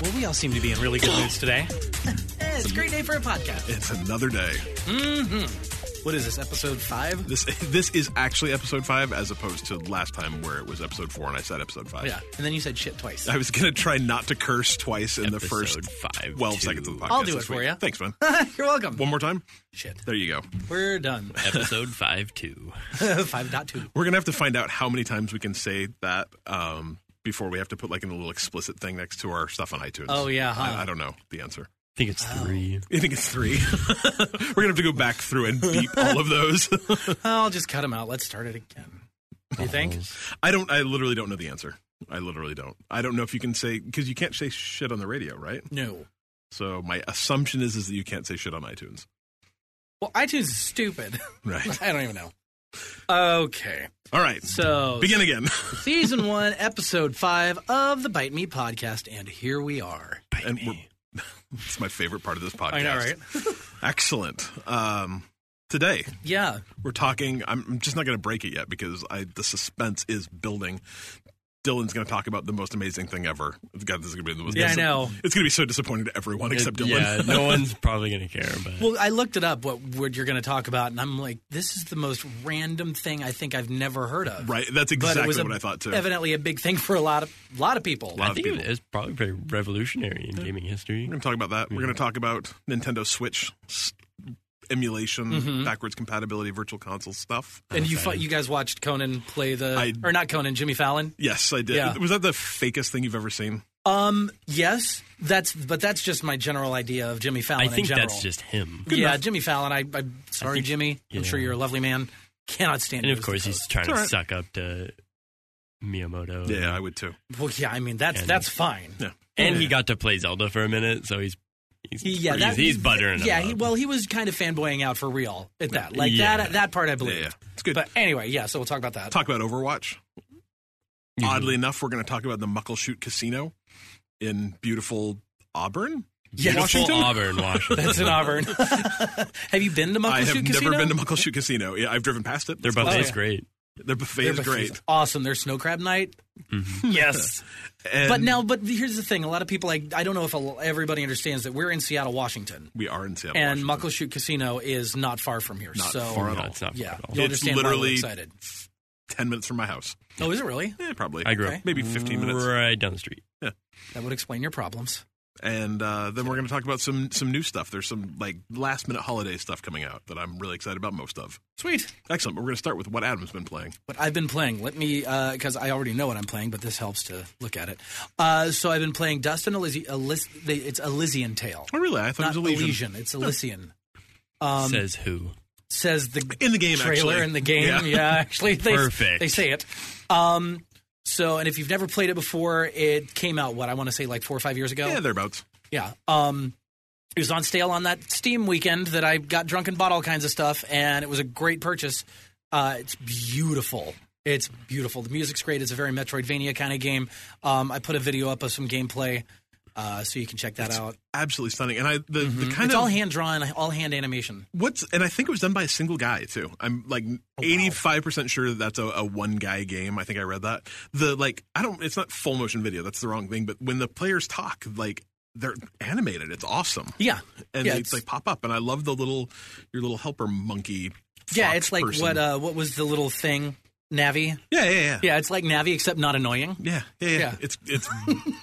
Well, we all seem to be in really good moods today. It's a great day for a podcast. It's another day. Mm-hmm. What is this, episode five? This this is actually episode five, as opposed to last time where it was episode four and I said episode five. Oh, Yeah. And then you said shit twice. I was gonna try not to curse twice in the first Episode five, twelve two. seconds of the podcast. I'll do it this for week. ya. Thanks, man. You're welcome. One more time. Shit. There you go. We're done. Episode 5 2. 5.2. We're gonna have to find out how many times we can say that um, before we have to put like a little explicit thing next to our stuff on iTunes. Oh, yeah, huh? I, I don't know the answer. Oh. I think it's 3. You think it's three? We're gonna have to go back through and beep all of those. I'll just cut them out. Let's start it again. You think? I don't. I literally don't know the answer. I literally don't. I don't know if you can say because you can't say shit on the radio, right? No. So my assumption is is that you can't say shit on iTunes, Well, iTunes is stupid. right? I don't even know. Okay. All right, So, begin again. season one, episode five of the Bite Me podcast. And here we are. and we're, it's my favorite part of this podcast. I know, right? Excellent. Um, today Yeah. we're talking. I'm I'm just not going to break it yet because I the suspense is building. Dylan's going to talk about the most amazing thing ever. God, this is going to be the most. Yeah, I know. It's going to be so disappointing to everyone except Dylan. Yeah, no one's probably going to care, but Well, I looked it up, what, what you're going to talk about. And I'm like, this is the most random thing I think I've never heard of. right. That's But exactly it was a- what I thought too. Evidently, a big thing for a lot of lot of people. I of think people. it's probably pretty revolutionary in gaming history. We're going to talk about that. We're going to talk about Nintendo Switch s- emulation, backwards compatibility, virtual console stuff. Mm-hmm. And you fu- you guys watched Conan play the I- or not Conan, Jimmy Fallon. Yes, I did. Yeah. Was that the fakest thing you've ever seen? Um, yes, that's but that's just my general idea of Jimmy Fallon. I think in general. that's just him. yeah, Jimmy Fallon. I, I sorry, think- Jimmy. I'm yeah. sure you're a lovely man. Cannot stand. And you of as course, the he's trying all to right. suck up to Miyamoto. Yeah, I would too. coach. well, yeah. I mean, that's And- that's fine. Yeah. And he got to play Zelda for a minute, so he's he's He, yeah, he's, that, he's buttering. him Yeah, up. he, well, he was kind of fanboying out for real at that. Like Yeah. that that part, I Yeah, believe. yeah. It's good. But anyway, yeah. So we'll talk about that. talk about Overwatch. Mm-hmm. Oddly enough, we're going to talk about the Muckleshoot Casino in beautiful Auburn. Yes. Beautiful Washington? Auburn, Washington. That's in Auburn. Have you been to Muckleshoot I have never Casino? been to Muckleshoot Casino. Yeah, I've driven past it. Their It's buffet awesome. is great. Their buffet Their is buffet's great. Awesome. Their snow crab night. Yes. And but now, but here's the thing. A lot of people, like, I don't know if a- everybody understands that we're in Seattle, Washington, we are in Seattle. and Washington. Muckleshoot Casino is not far from here. Not so, far at No, all. it's not. yeah, fun at all. you'll It's understand why literally- we're excited. Ten minutes from my house. Oh, is it really? Yeah, probably. I grew up Maybe fifteen minutes. right down the street. That would explain your problems. and uh, then we're going to talk about some some new stuff. There's some like last minute holiday stuff coming out that I'm really excited about most of. Sweet. Excellent. But we're going to start with what Adam's been playing. What I've been playing, let me, because I already know what I'm playing, but this helps to look at it. Uh, so I've been playing Dust and Elysian. Elis- they- it's Elysian Tale. Oh, really? I thought Not it was Elysian. Elysian. It's Elysian. Um, Says who? says the In the game, trailer actually. in the game. Yeah. Yeah, actually, they, Perfect. They say it. Um, so, and if you've never played it before, it came out what I want to say like four or five years ago. Yeah, thereabouts. Yeah. Um, it was on sale on that Steam weekend that I got drunk and bought all kinds of stuff, and it was a great purchase. Uh, it's beautiful. It's beautiful. The music's great. It's a very Metroidvania kind of game. Um, I put a video up of some gameplay. Uh, so you can check that out. Absolutely stunning. And I the, the Mhm. kind it's of all hand drawn, all hand animation. What's and I think it was done by a single guy too. I'm like Oh, eighty five percent sure that that's a, a one guy game. I think I read that. The like I don't. It's not full motion video. That's the wrong thing. But when the players talk, like they're animated. It's awesome. Yeah, and Yeah, they it's- like pop up. And I love the little your little helper monkey. yeah, fox it's like person. what uh, what was the little thing? Navi. yeah, yeah, yeah, Yeah, it's like Navi except not annoying. yeah, yeah, yeah. Yeah. It's it's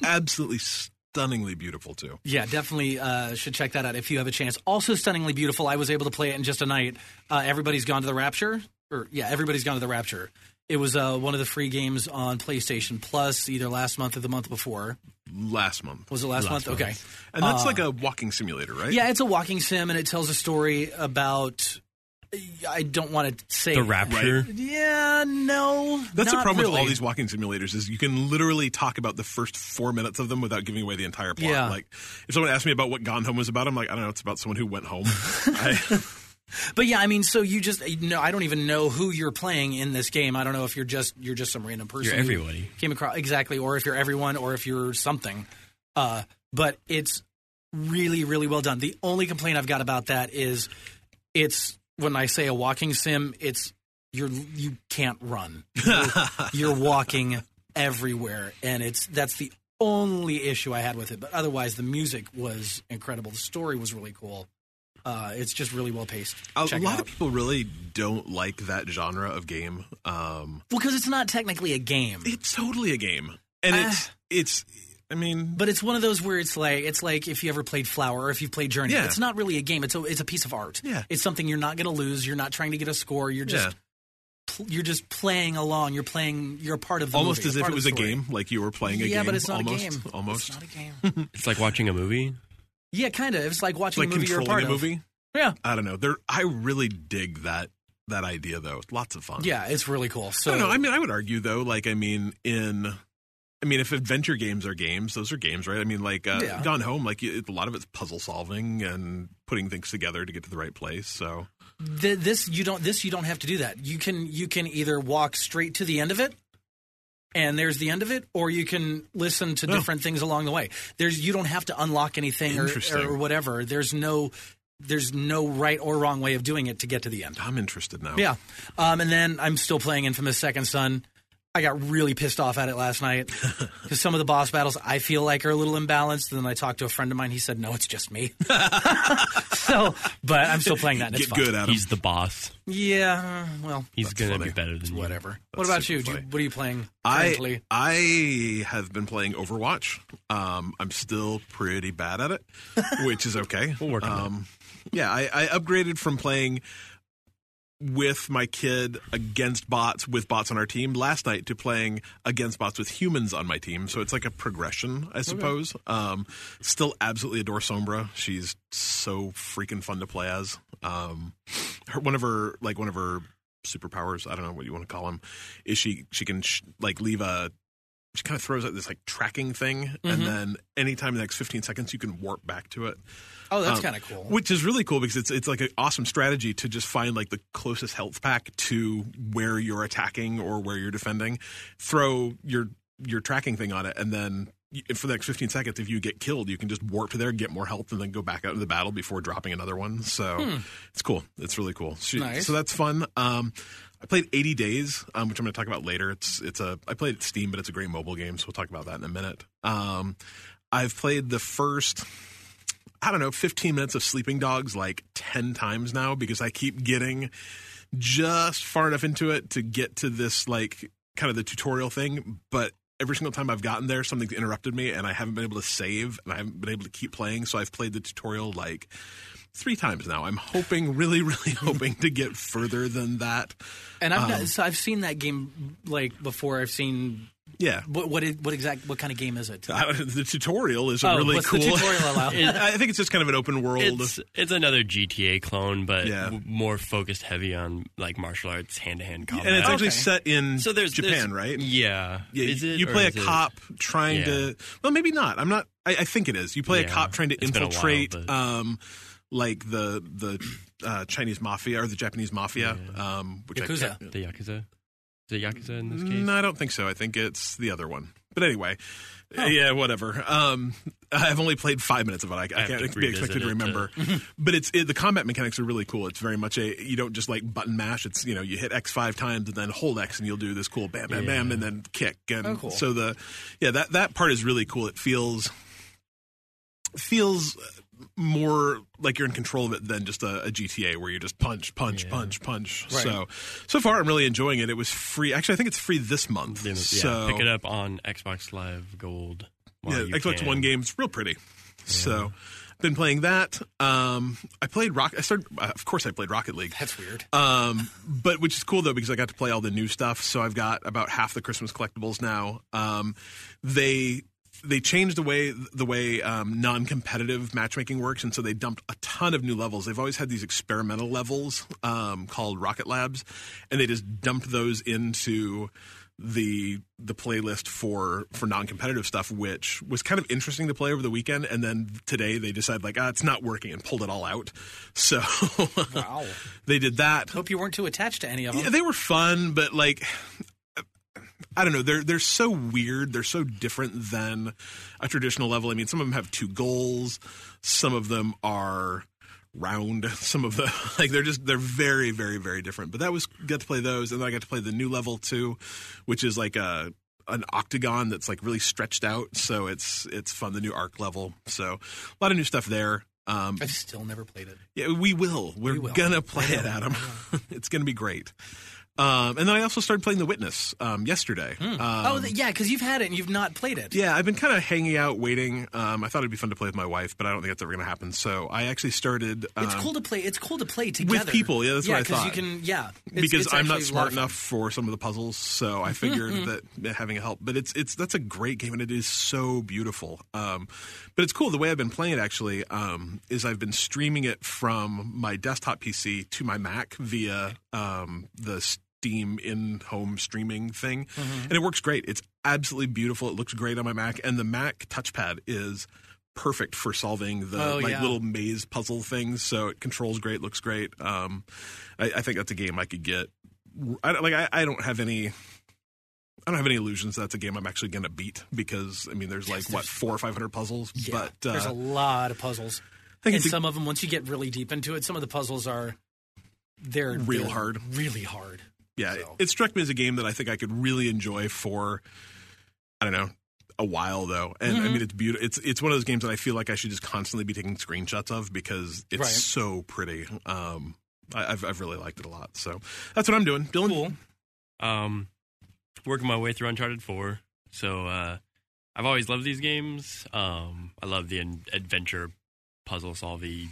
absolutely stunningly beautiful too. Yeah, definitely uh, should check that out if you have a chance. Also, stunningly beautiful. I was able to play it in just a night. Uh, everybody's gone to the Rapture, or yeah, everybody's gone to the Rapture. It was uh, one of the free games on PlayStation Plus, either last month or the month before. Last month Was it last, month? Okay. and that's Uh, like a walking simulator, right? Yeah, it's a walking sim, and it tells a story about. I don't want to say The Rapture. Yeah, no. That's the not problem with all really. these walking simulators is you can literally talk about the first four minutes of them without giving away the entire plot. Yeah. Like if someone asked me about what Gone Home was about, I'm like, I don't know, it's about someone who went home. I, But yeah, I mean, so you just no, I don't even know who you're playing in this game. I don't know if you're just you're just some random You're person. who everybody. Came across exactly, or if you're everyone, or if you're something. Uh, but it's really, really well done. The only complaint I've got about that is it's when I say a walking sim, it's you're you can't run. You're, you're walking everywhere, and it's that's the only issue I had with it. But otherwise, the music was incredible. The story was really cool. Uh, it's just really well paced. a Check it lot out. of people really don't like that genre of game. Um, Well, because it's not technically a game, it's totally a game, and it's it's. I mean, Ah. but it's one of those where it's like it's like if you ever played Flower or if you've played Journey, Yeah. it's not really a game. It's a it's a piece of art. Yeah. it's something you're not going to lose. You're not trying to get a score. You're just yeah, pl- you're just playing along. You're playing. You're a part of the almost movie, as a if part it of was the a story. game, like you were playing a yeah, game. but it's not almost, a game. Almost, it's not a game. It's like watching a movie. yeah, kind of. It's like It's watching like a movie you're a controlling part a of. movie. Yeah, I don't know. There, I really dig that that idea though. Lots of fun. yeah, it's really cool. So no, no. I mean, I would argue though. Like, I mean, in, I mean, if adventure games are games, those are games, right? I mean, like uh, Yeah. Gone Home, like it, a lot of it's puzzle solving and putting things together to get to the right place. So Th- this you don't this you don't have to do that. You can you can either walk straight to the end of it and there's the end of it or you can listen to Oh. different things along the way. There's you don't have to unlock anything or, Interesting. or whatever. There's no there's no right or wrong way of doing it to get to the end. I'm interested now. Yeah. Um, and then I'm still playing Infamous Second Son. I got really pissed off at it last night because some of the boss battles I feel like are a little imbalanced. And then I talked to a friend of mine. He said, "No, it's just me." so, but I'm still playing that. And get it's fun. good at them. He's the boss. Yeah, well, He's That's gonna funny. be better than you. whatever. what about super you? Do you? funny. What are you playing I currently? I have been playing Overwatch. Um, I'm still pretty bad at it, which is okay. We'll work on um, Yeah, I, I upgraded from playing with my kid against bots with bots on our team last night to playing against bots with humans on my team. So it's like a progression, I suppose. Um, still absolutely adore Sombra. She's so freaking fun to play as. Um, her, one of her like one of her superpowers, I don't know what you want to call them, is she she can sh- like leave a she kind of throws out this like tracking thing and then anytime in the next 15 seconds you can warp back to it Oh, that's um, kind of cool. which is really cool because it's it's like an awesome strategy to just find like the closest health pack to where you're attacking or where you're defending. Throw your your tracking thing on it, and then y- for the next 15 seconds, if you get killed, you can just warp to there, get more health, and then go back out into the battle before dropping another one. So it's cool. It's really cool. So, Hmm. Nice. so that's fun. Um, I played 80 Days, um, which I'm going to talk about later. It's it's a I played it Steam, but it's a great mobile game, so we'll talk about that in a minute. Um, I've played the first I don't know, 15 minutes of Sleeping Dogs like 10 times now because I keep getting just far enough into it to get to this like kind of the tutorial thing, but every single time I've gotten there something's interrupted me and I haven't been able to save and I haven't been able to keep playing, so I've played the tutorial like 3 times now. I'm hoping really really hoping to get further than that. and I've not- so I've seen that game like before. I've seen Yeah. what what, is, what exact what kind of game is it? I- the tutorial is a Oh, really what's cool. the tutorial allow? I think it's just kind of an open world. It's it's another GTA clone, but Yeah. w- more focused heavy on like martial arts, hand to hand combat. and it's actually Okay. set in so there's there's- Japan, right? Yeah, Yeah, Is you- it, you or play a is it- cop trying Yeah. to. Well, maybe not. I'm not. I, I think it is. You play a Yeah, cop trying to it's been a while, infiltrate, but- um, like the the uh, Chinese mafia or the Japanese mafia. Um, which I Yakuza. can't- The yakuza. The yakuza in this case. no, I don't think so. I think it's the other one. But anyway, yeah, whatever. Um, I've only played five minutes of it. I, I can't be expected to remember. but it's it, the combat mechanics are really cool. It's very much a you don't just like button mash. It's you know you hit X five times and then hold X and you'll do this cool bam bam bam and then kick and Oh, cool. so the yeah that that part is really cool. It feels feels more like you're in control of it than just a, a GTA where you just punch, punch, punch, punch. Right. So, so far I'm really enjoying it. It was free. Actually, I think it's free this month. Then, yeah, so pick it up on Xbox Live Gold. while yeah, you Xbox can. One game's real pretty. So, been playing that. Um, I played Rock. I started. Uh, of course, I played Rocket League. That's weird. Um, but which is cool though because I got to play all the new stuff. So I've got about half the Christmas collectibles now. Um, they they changed the way the way um, non-competitive matchmaking works, and so they dumped a ton of new levels. They've always had these experimental levels um, called Rocket Labs, and they just dumped those into the the playlist for for non-competitive stuff which was kind of interesting to play over the weekend and then today they decided like ah it's not working and pulled it all out so Wow. they did that Hope you weren't too attached to any of them. yeah, they were fun, but like I don't know, they're they're so weird, they're so different than a traditional level. I mean, some of them have two goals, some of them are round, some of them like they're just they're very very very different. But that was got to play those and then I got to play the new level too, which is like a an octagon that's like really stretched out, so it's it's fun. The new arc level, so a lot of new stuff there. Um, I've still never played it. yeah, we will. We're will. gonna play it, Adam. it's gonna be great. Um, and then I also started playing The Witness um, yesterday. Uh, oh, th- yeah, because you've had it and you've not played it. yeah, I've been kind of hanging out, waiting. Um, I thought it'd be fun to play with my wife, but I don't think that's ever gonna happen. So I actually started. Um, It's cool to play. It's cool to play together people, yeah, that's what I 'cause thought. You can, yeah, It's- because it's I'm not actually a smart lot enough of for some of the puzzles, so Mm-hmm, I figured that yeah, having a help. But it's it's that's a great game, and it is so beautiful. Um, but it's cool the way I've been playing it actually um, is I've been streaming it from my desktop PC to my Mac via um, the Steam in-home streaming thing, Mm-hmm. and it works great. It's absolutely beautiful. It looks great on my Mac, and the Mac touchpad is. Perfect for solving the Oh, like yeah. little maze puzzle things, so it controls great, looks great. Um, I, I think that's a game I could get I don't, like I, I don't have any I don't have any illusions that's a game I'm actually going to beat because I mean there's like what four or five hundred puzzles, Yeah, but uh, there's a lot of puzzles, think and it's a- some of them once you get really deep into it, some of the puzzles are they're Real they're hard. really hard. yeah, so. it, it struck me as a game that I think I could really enjoy for I don't know a while though, and Mm-hmm. I mean it's beautiful. It's it's one of those games that I feel like I should just constantly be taking screenshots of because it's Right. so pretty. Um, I, I've I've really liked it a lot, so that's what I'm doing. Dylan, Cool. Um, working my way through Uncharted 4. So uh, I've always loved these games. Um, I love the an- adventure puzzle solving,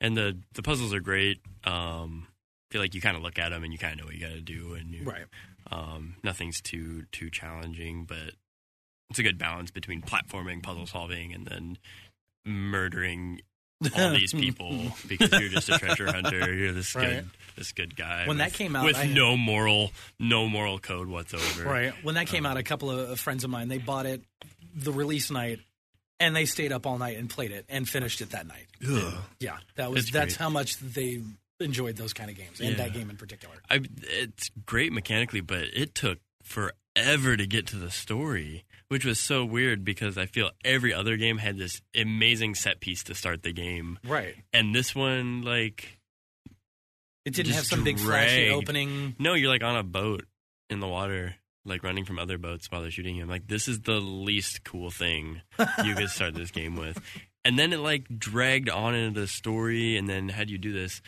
and the the puzzles are great. Um, I feel like you kind of look at them and you kind of know what you got to do, and you, Right. Um, nothing's too too challenging, but it's a good balance between platforming, puzzle solving, and then murdering all these people because you're just a treasure hunter. You're this Right. good this good guy. When that with- came out, with I- no moral no moral code whatsoever. Um, When that came out, a couple of friends of mine they bought it the release night, and they stayed up all night and played it and finished it that night. Ugh. Yeah, that was That's that's great. how much they enjoyed those kind of games and Yeah. that game in particular. I, it's great mechanically, but it took forever to get to the story, which was so weird because I feel every other game had this amazing set piece to start the game, Right. and this one like It didn't Just have some big flashy dragged. opening. no, you're like on a boat in the water. Like running from other boats while they're shooting him. Like this is the least cool thing you could start this game with. And then it like dragged on into the story, and then had you do this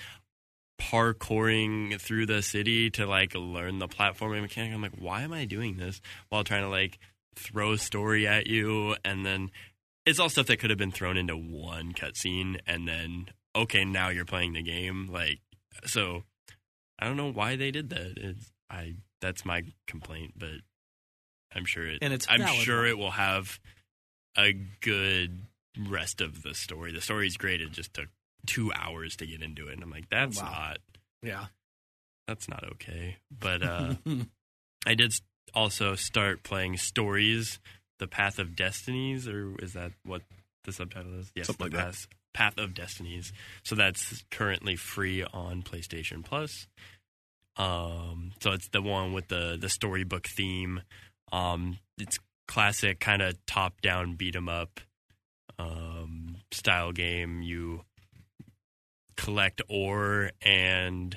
parkouring through the city to like learn the platforming mechanic. I'm like, why am I doing this while trying to like throw story at you? And then it's all stuff that could have been thrown into one cutscene, and then okay, now you're playing the game. Like, so I don't know why they did that. It's, I that's my complaint, but I'm sure it. And it's I'm valid. sure it will have a good rest of the story. The story's great. It just took two hours to get into it, and I'm like, that's Wow. not Yeah. that's not okay. But uh, I did s- also start playing stories, the Path of Destinies, or is that what the subtitle is? Yes, Something the like that. Path, Path of Destinies. So that's currently free on PlayStation Plus. Um, so it's the one with the the storybook theme. Um, it's classic kind of top down beat 'em up um, style game. You collect ore and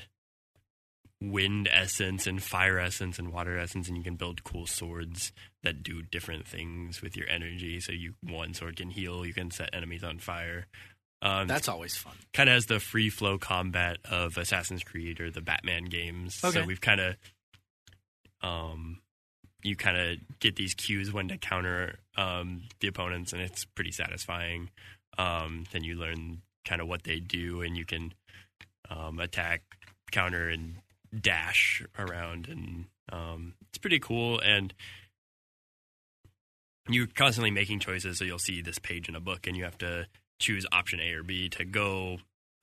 wind essence and fire essence and water essence, and you can build cool swords that do different things with your energy. So you one sword can heal, you can set enemies on fire. Um, That's always fun. kind of has the free flow combat of Assassin's Creed or the Batman games. Okay. So we've kind of, um, you kind of get these cues when to counter um, the opponents, and it's pretty satisfying. Um, then you learn kind of what they do, and you can um, attack, counter, and dash around, and um, it's pretty cool. And you're constantly making choices. So you'll see this page in a book, and you have to choose option A or B to go.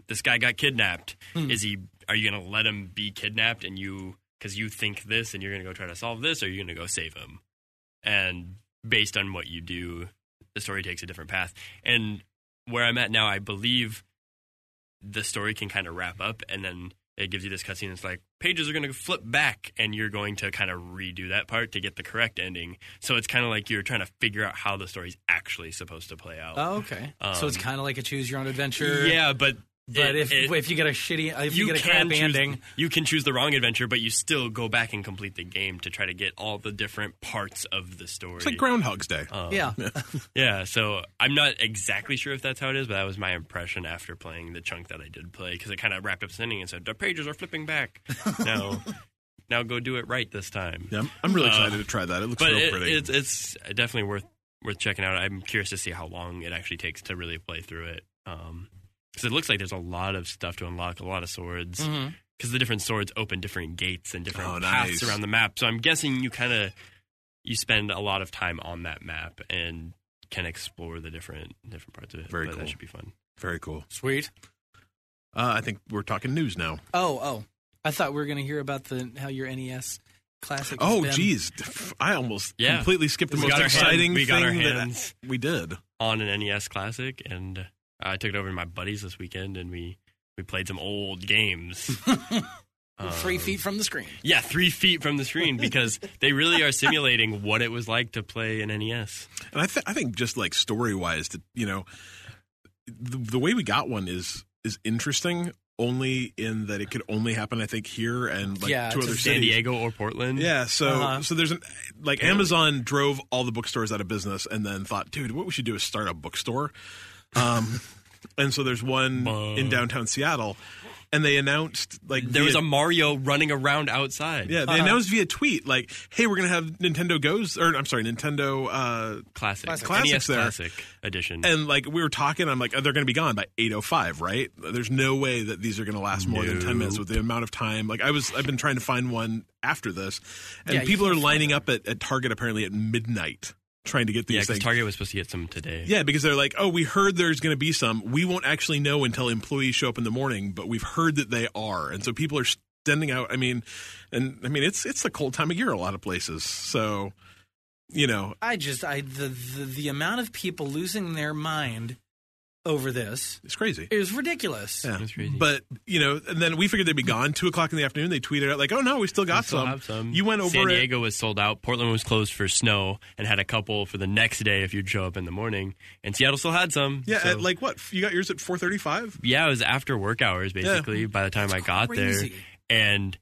This guy got kidnapped. Hmm. Is he? Are you going to let him be kidnapped? And you, because you think this, and you're going to go try to solve this, or you're going to go save him. And based on what you do, the story takes a different path. And where I'm at now, I believe the story can kind of wrap up, and then it gives you this cutscene. It's like pages are going to flip back, and you're going to kind of redo that part to get the correct ending. So it's kind of like you're trying to figure out how the story's actually supposed to play out. Oh, okay. so Um, it's kind of like a choose your own adventure. Yeah, but But it- if it- if you get a shitty, if you, get a crap choose, ending, You can choose the wrong adventure, but you still go back and complete the game to try to get all the different parts of the story. It's like Groundhog's Day. yeah. yeah, so I'm not exactly sure if that's how it is, but that was my impression after playing the chunk that I did play because it kind of wrapped up sending and said the pages are flipping back. now, now go do it right this time. Yeah, I'm, I'm really excited to try that. It looks Uh, But real it, pretty. it's it's definitely worth worth checking out. I'm curious to see how long it actually takes to really play through it. Um 'cause because it looks like there's a lot of stuff to unlock, a lot of swords. Because the different swords open different gates and different Oh, paths nice. around the map. So I'm guessing you kind of you spend a lot of time on that map and can explore the different different parts of it. Very But cool. That should be fun. Very cool. Sweet. Uh, I think we're talking news now. Oh, oh. I thought we were going to hear about the how your NES classic. has Oh, been. geez. I almost Yeah. completely skipped the We most got our hand- exciting we got our thing that hands. we did. on an NES Classic, and uh, I took it over to my buddies this weekend, and we we played some old games. Three feet from the screen. Yeah, three feet from the screen because they really are simulating what it was like to play an E NES. And I, th- I think just like story wise, that you know, the, the way we got one is is interesting. Only in that it could only happen, I think, here and like Yeah, two to other San cities. Diego or Portland. Yeah, so Uh-huh. so there's an like Amazon drove all the bookstores out of business and then thought, dude, what we should do is start a bookstore. Um, and so there's one Buh. in downtown Seattle, and they announced like There via, was a Mario running around outside. yeah they announced via tweet like, hey, we're gonna have Nintendo goes or I'm sorry, Nintendo. Uh, Classic. Classic. Classics NES there. Classic Edition. and like we were talking, I'm like, oh, they're going to be gone by 8:05, right? There's no way that these are going to last more than 10 minutes with the amount of time. Like I was, I've been trying to find one after this, and Yeah, you people are can't find lining up at, at Target apparently at midnight trying to get these yeah, because things. Target was supposed to get some today. yeah, because they're like, oh, we heard there's going to be some. We won't actually know until employees show up in the morning, but we've heard that they are, and so people are standing out. I mean, and I mean, it's it's the cold time of year a lot of places, so you know, I just I the, the the amount of people losing their mind over this it's crazy. is ridiculous. Yeah. That's crazy. But you know, and then we figured they'd be gone two o'clock in the afternoon. They tweeted out like, "Oh no, we still got We still some. have some. You went over San it- Diego was sold out. Portland was closed for snow and had a couple for the next day if you'd show up in the morning. And Seattle still had some. yeah, so- at like what? You got yours at four thirty-five. yeah, it was after work hours basically by the time I got crazy. there. And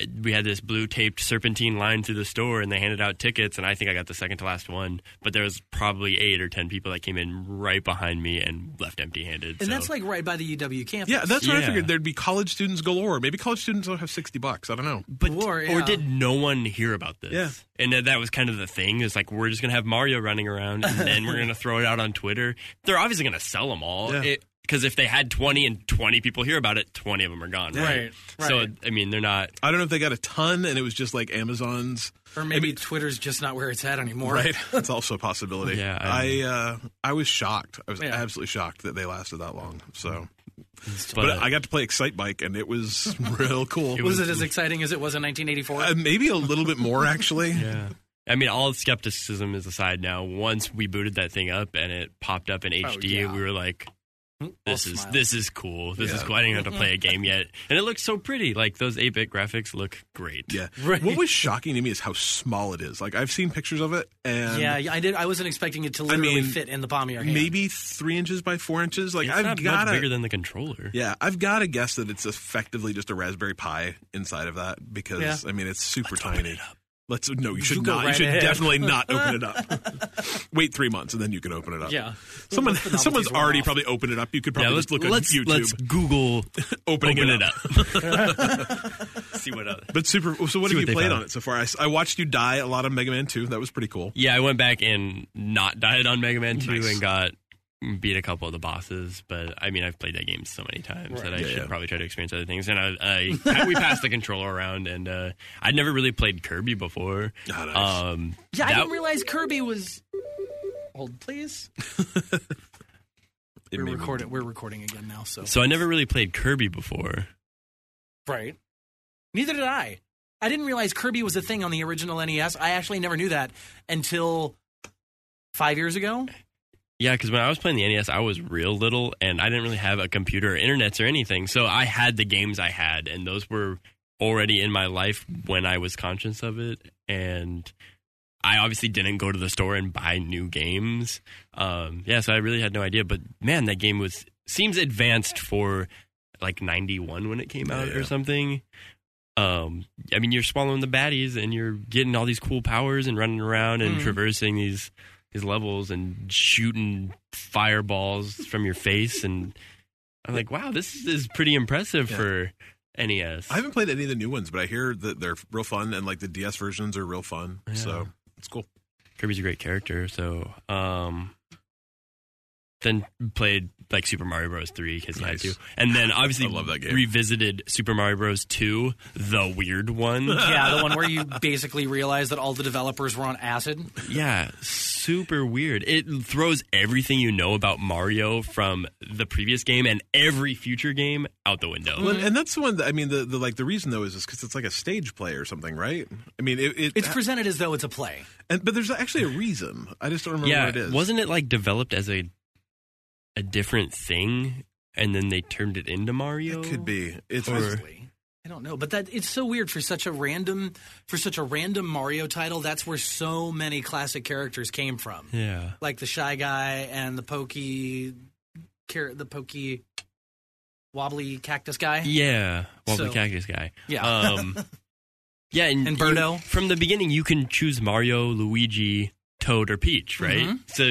it- we had this blue taped serpentine line through the store and they handed out tickets and I think I got the second to last one. But there was probably eight or ten people that came in right behind me and left empty handed. And that's like right by the UW campus. Yeah, that's what I Yeah. figured. There'd be college students galore. Maybe college students don't have sixty bucks. I don't know. but War, or yeah. did no one hear about this? Yeah. And that, that was kind of the thing. Is like we're just gonna have Mario running around, and then we're gonna throw it out on Twitter. They're obviously gonna sell them all. Yeah. because if they had 20 and 20 people hear about it, 20 of them are gone, right? Right, So, right. I mean, they're not I don't know if they got a ton, and it was just like Amazon's. or maybe Twitter's just not where it's at anymore. Right, that's also a possibility. Yeah, I- I uh, I was shocked. I was Yeah. absolutely shocked that they lasted that long. So, But, uh, but I got to play Excite Bike, and it was real cool. Was it as exciting as it was in 1984? uh, maybe a little bit more actually? yeah. I mean, all skepticism is aside now. Once we booted that thing up and it popped up in HD, yeah. we were like, This I'll is smile. this is cool. This is Yeah. cool. I didn't have to play a game yet, and it looks so pretty. Like those eight bit graphics look great. Yeah. What was shocking to me is how small it is. Like I've seen pictures of it, and yeah, yeah, I did. I wasn't expecting it to literally mean, fit in the palm of your hand. maybe three inches by four inches. Like It's I've not got much bigger to. than the controller. Yeah, I've got to guess that it's effectively just a Raspberry Pi inside of that because Yeah. I mean it's super tiny. Let's no, you should You go not. you right should ahead. definitely not open it up. Wait three months and then you can open it up. Yeah. someone Once the novelty's someone's worn already off. probably opened it up. You could Yeah, probably let's just look at let's, YouTube. let's Google opening open it up. See what other. But super. So what See have what you they played found. on it so far? I, s- I watched you die a lot on Mega Man Two. That was pretty cool. Yeah, I went back and not died on Mega Man 2 Nice. and got beat a couple of the bosses. But I mean, I've played that game so many times that I Yeah, should yeah. probably try to experience other things. And I, I we passed the controller around, and uh, I'd never really played Kirby before. Ah, nice. um, yeah, I that- didn't realize Kirby was. Hold please. It We're made me- recording. We're recording again now. So so I never really played Kirby before. right. Neither did I. I didn't realize Kirby was a thing on the original NES. I actually never knew that until five years ago. Yeah, because when I was playing the NES, I was real little, and I didn't really have a computer or internets or anything. So I had the games I had, and those were already in my life when I was conscious of it. And I obviously didn't go to the store and buy new games. Um, yeah, so I really had no idea. But man, that game was seems advanced for like '91 when it came out Yeah. or something. Um, I mean, you're swallowing the baddies, and you're getting all these cool powers and running around Mm-hmm. and traversing these his levels and shooting fireballs from your face and I'm like, wow, this is pretty impressive for E NES. I haven't played any of the new ones, but I hear that they're real fun and like the DS versions are real fun. So it's cool. Kirby's a great character, so um then played like Super Mario Bros. 3 because I had to. Nice. And then obviously I love that game. revisited Super Mario Bros. 2, the weird one. yeah, the one where you basically realize that all the developers were on acid. Yeah, super weird. It throws everything you know about Mario from the previous game and every future game out the window. Well, and that's the one that I mean, the, the like the reason though is is because it's like a stage play or something, right? I mean, it, it, uh, It's presented as though it's a play. and, but there's actually a reason. I just don't remember yeah, what it is. wasn't it like developed as a a different thing, and then they turned it into Mario? it could be. It's Possibly. I don't know, but that it's so weird for such a random for such a random Mario title. That's where so many classic characters came from, Yeah, like the shy guy and the pokey, car- the pokey, wobbly cactus guy. yeah. Wobbly So- Cactus guy. Yeah. um, yeah, and, And Birdo. you- from the beginning, you can choose Mario, Luigi, Toad, or Peach, right? Mm-hmm. So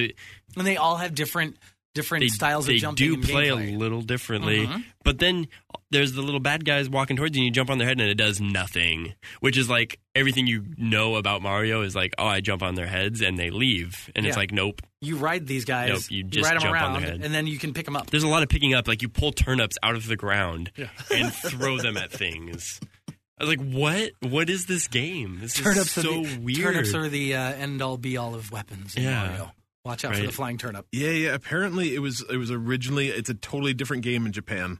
and they all have different different styles they of jumping. do and play gameplay. Mm-hmm. a little differently but then there's the little bad guys walking towards you and you jump on their head and it does nothing which is like everything you know about mario is like oh i jump on their heads and they leave and it's Yeah. like nope You ride these guys, Nope, you just ride them jump on around, their head. and then you can pick them up. there's a lot of picking up like you pull turnips out of the ground and throw them at things i was like what what is this game this turnips is so are the, weird Turnips are the uh, end all be all of weapons in Yeah. Mario. Watch out for Right. the flying turnip. yeah, yeah. Apparently, it was it was originally. It's a totally different game in Japan,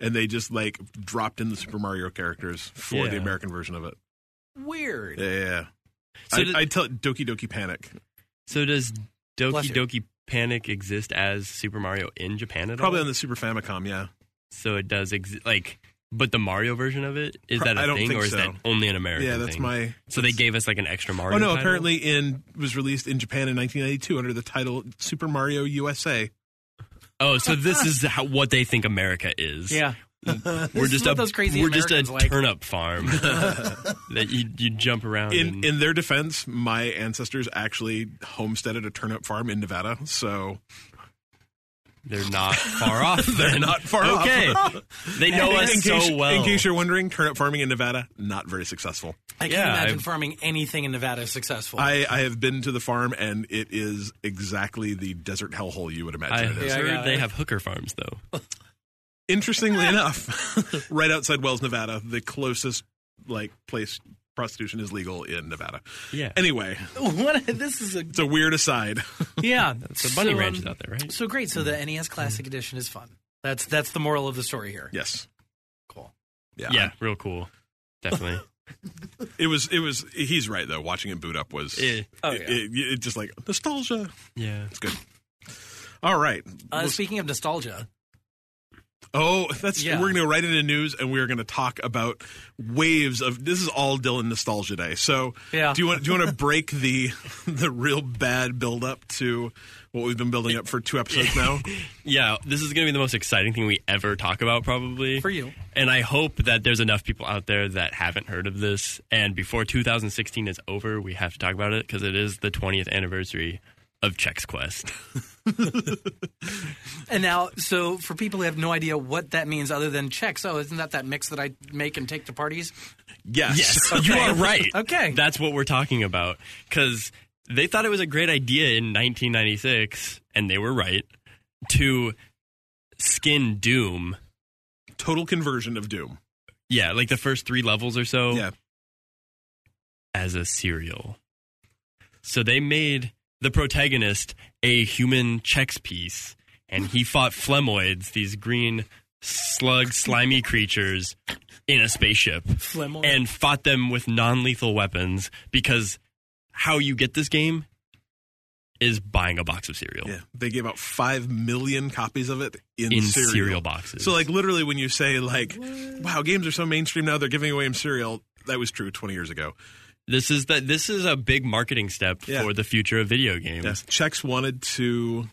and they just like dropped in the Super Mario characters for the Yeah. American version of it. Weird. Yeah, yeah. yeah. So I, did- I tell Doki Doki Panic. so does Bless doki you. doki panic exist as super mario in japan at Probably all on the Super Famicom. Yeah. so it does exist like but the mario version of it is Pro- that a I don't thing think or is so. that only an american yeah, that's thing? my. so they gave us like an extra mario Oh no! title? Apparently, in was released in Japan in 1992 under the title Super Mario USA. oh so this is how, what they think america is Yeah. we're just what a those crazy we're just a Americans like. turnip farm that you you jump around In and- in their defense, my ancestors actually homesteaded a turnip farm in Nevada, so They're not far off. They're not far off. okay. They know us in case, so well. In case you're wondering, turnip farming in Nevada not very successful. I can't Yeah, imagine I- farming anything in Nevada is successful. I, I have been to the farm, and it is exactly the desert hellhole you would I imagine it is. Yeah, I heard got they it. have hooker farms though. Interestingly enough, right outside Wells, Nevada, the closest like place prostitution is legal in Nevada. Yeah. Anyway, what? This is a it's a weird aside. yeah. So bunny Mm. um, ranches out there, right? So great. So the NES Classic Edition is fun. That's that's the moral of the story here. yes. Cool. Yeah. yeah, real cool. Definitely. It was. It was. He's right though. Watching it boot up was. Yeah. Oh, it- yeah. it- it just like nostalgia. yeah. It's good. All right. Uh, Let's- speaking of nostalgia, Oh, that's Yeah. we're going to go right into news, and we're going to talk about waves of this is all Dylan nostalgia day. So, Yeah. do you want do you want to break the the real bad build up to what we've been building up for two episodes now? Yeah, this is going to be the most exciting thing we ever talk about, probably. For you. And I hope that there's enough people out there that haven't heard of this. And before 2016 is over, we have to talk about it because it is the 20th anniversary of Chex Quest. And now, so for people who have no idea what that means other than checks, oh, isn't that that mix that I make and take to parties? Yes. you are right. Okay. That's what we're talking about because they thought it was a great idea in 1996, and they were right, to skin Doom. Total conversion of Doom. Yeah, like the first three levels or Oh. so. Yeah. as a cereal. So they made the protagonist a human checks piece, and he fought flemoids, these green slug slimy creatures, in a spaceship, Flemoid. and fought them with non-lethal weapons because how you get this game is buying a box of cereal. Yeah. They gave out five million copies of it in, In cereal. cereal boxes. So, like literally, when you say like, "Wow, games are so mainstream now; they're giving away them cereal," that was true twenty years ago. This is that. This is a big marketing step Yeah. for the future of video games. Yes. Chex wanted to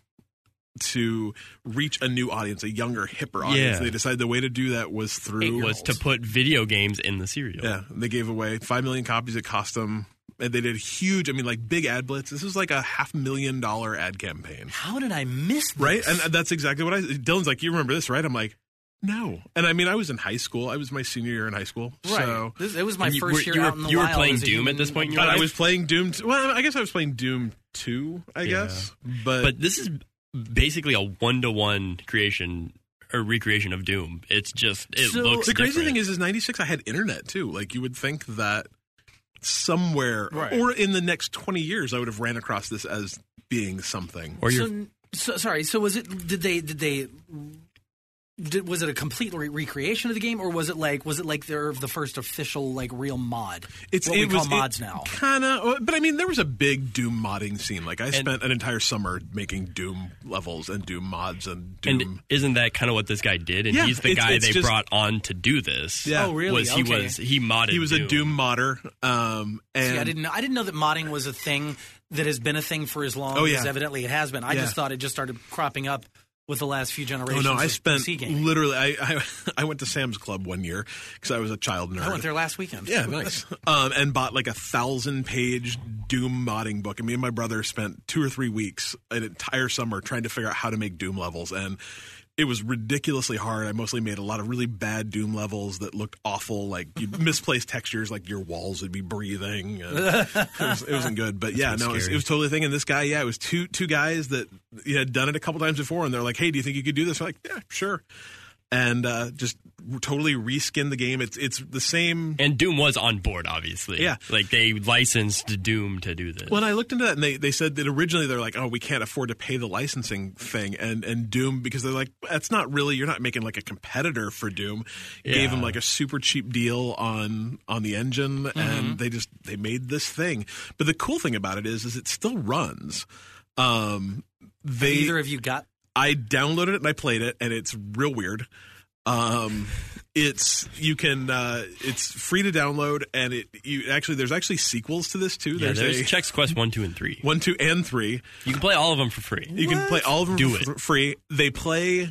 to reach a new audience, a younger, hipper audience. Yeah. They decided the way to do that was through It was to put video games in the cereal. Yeah, they gave away five million copies. It cost them, and they did huge. I mean, like big ad blitz. This was like a half million dollar ad campaign, How did I miss this? right? And uh, that's exactly what I. Dylan's like, you remember this, right? I'm like, no. And I mean, I was in high school. I was my senior year in high school. Right. So. This- it was my You first were- year you were- out in the you were wild playing as a Doom at human- this point in your But I life? was playing Doom. T- well, I guess I was playing Doom Two. I guess, but, but this is basically a one to one creation or recreation of Doom. It's just it So- looks. the crazy different. thing is, is '96. I had internet too. Like you would think that somewhere Right. or in the next 20 years, I would have ran across this as being something. or your so, so sorry. So was it? Did they? Did they? Did, was it a complete re- recreation of the game, or was it like was it like their the first official like real mod? It's what it we was, call mods now. Kind of, but I mean, there was a big Doom modding scene. Like I spent an entire summer making Doom levels and Doom mods and Doom. and isn't that kind of what this guy did? And Yeah, he's the it's- guy it's they just- brought on to do this. Yeah. Oh, really? Was he Okay. was he modded? he was Doom. a Doom modder, um, and See, I didn't know. I didn't know that modding was a thing that has been a thing for as long Oh, yeah. as evidently it has been. I Yeah. just thought it just started cropping up with the last few Oh generations. no! I of spent PC gaming. literally. I, I I went to Sam's Club one year because I was a child nerd. I went there last weekend. Yeah, nice. um, and bought like a thousand page Doom modding book. And me and my brother spent two or three weeks, an entire summer, trying to figure out how to make Doom levels. And it was ridiculously hard. I mostly made a lot of really bad Doom levels that looked awful. Like you misplaced textures, like your walls would be breathing. And it, was, it wasn't good. But yeah, no, it was, it was totally a thing. And this guy, yeah, it was two two guys that yeah, had done it a couple times before. And they're like, hey, do you think you could do this? I'm like, yeah, sure. And uh, just totally reskin the game. It's it's the same And Doom was on board, obviously. Yeah. Like they licensed Doom to do this. When I looked into that, and they, they said that originally they're like, oh, we can't afford to pay the licensing thing, and and Doom because they're like, that's not really you're not making like a competitor for Doom. Gave them like a super cheap deal on on the engine, Mm-hmm. and they just they made this thing. But the cool thing about it is, is it still runs. Um, they Either of you got I downloaded it and I played it, and it's real weird. Um, it's you can uh, it's free to download, and it you actually there's actually sequels to this too. yeah, there's a- Chex Quest one, two, and three. one, two, and three. You can play all of them for free. You can play all of them Do for free. They play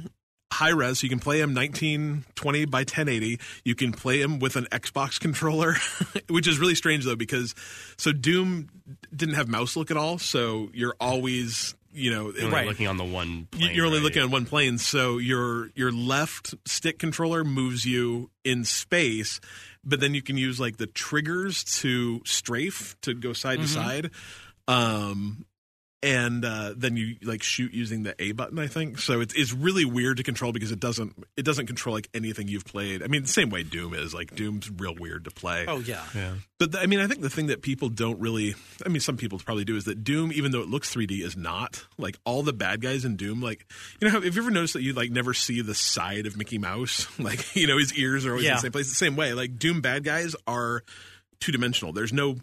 high res, so you can play them 1920 by 1080. You can play them with an Xbox controller, which is really strange though because so Doom didn't have mouse look at all, so you're always you know You're only looking on the one. you- plane, You're only right? looking on one plane, so your your left stick controller moves you in space, but then you can use like the triggers to strafe to go side Mm-hmm. to side, um, and uh, then you like shoot using the A button. I think so. It's it's really weird to control because it doesn't it doesn't control like anything you've played. I mean, the same way Doom is like Doom's real weird to play. Oh yeah. But th- I mean, I think the thing that people don't really, I mean, some people probably do, is that Doom, even though it looks 3D, is not. Like all the bad guys in Doom, like, you know, have have you ever noticed that you, like, never see the side of Mickey Mouse? Like, you know, his ears are always in Yeah. the same place. The same way, like, Doom bad guys are two dimensional. There's no,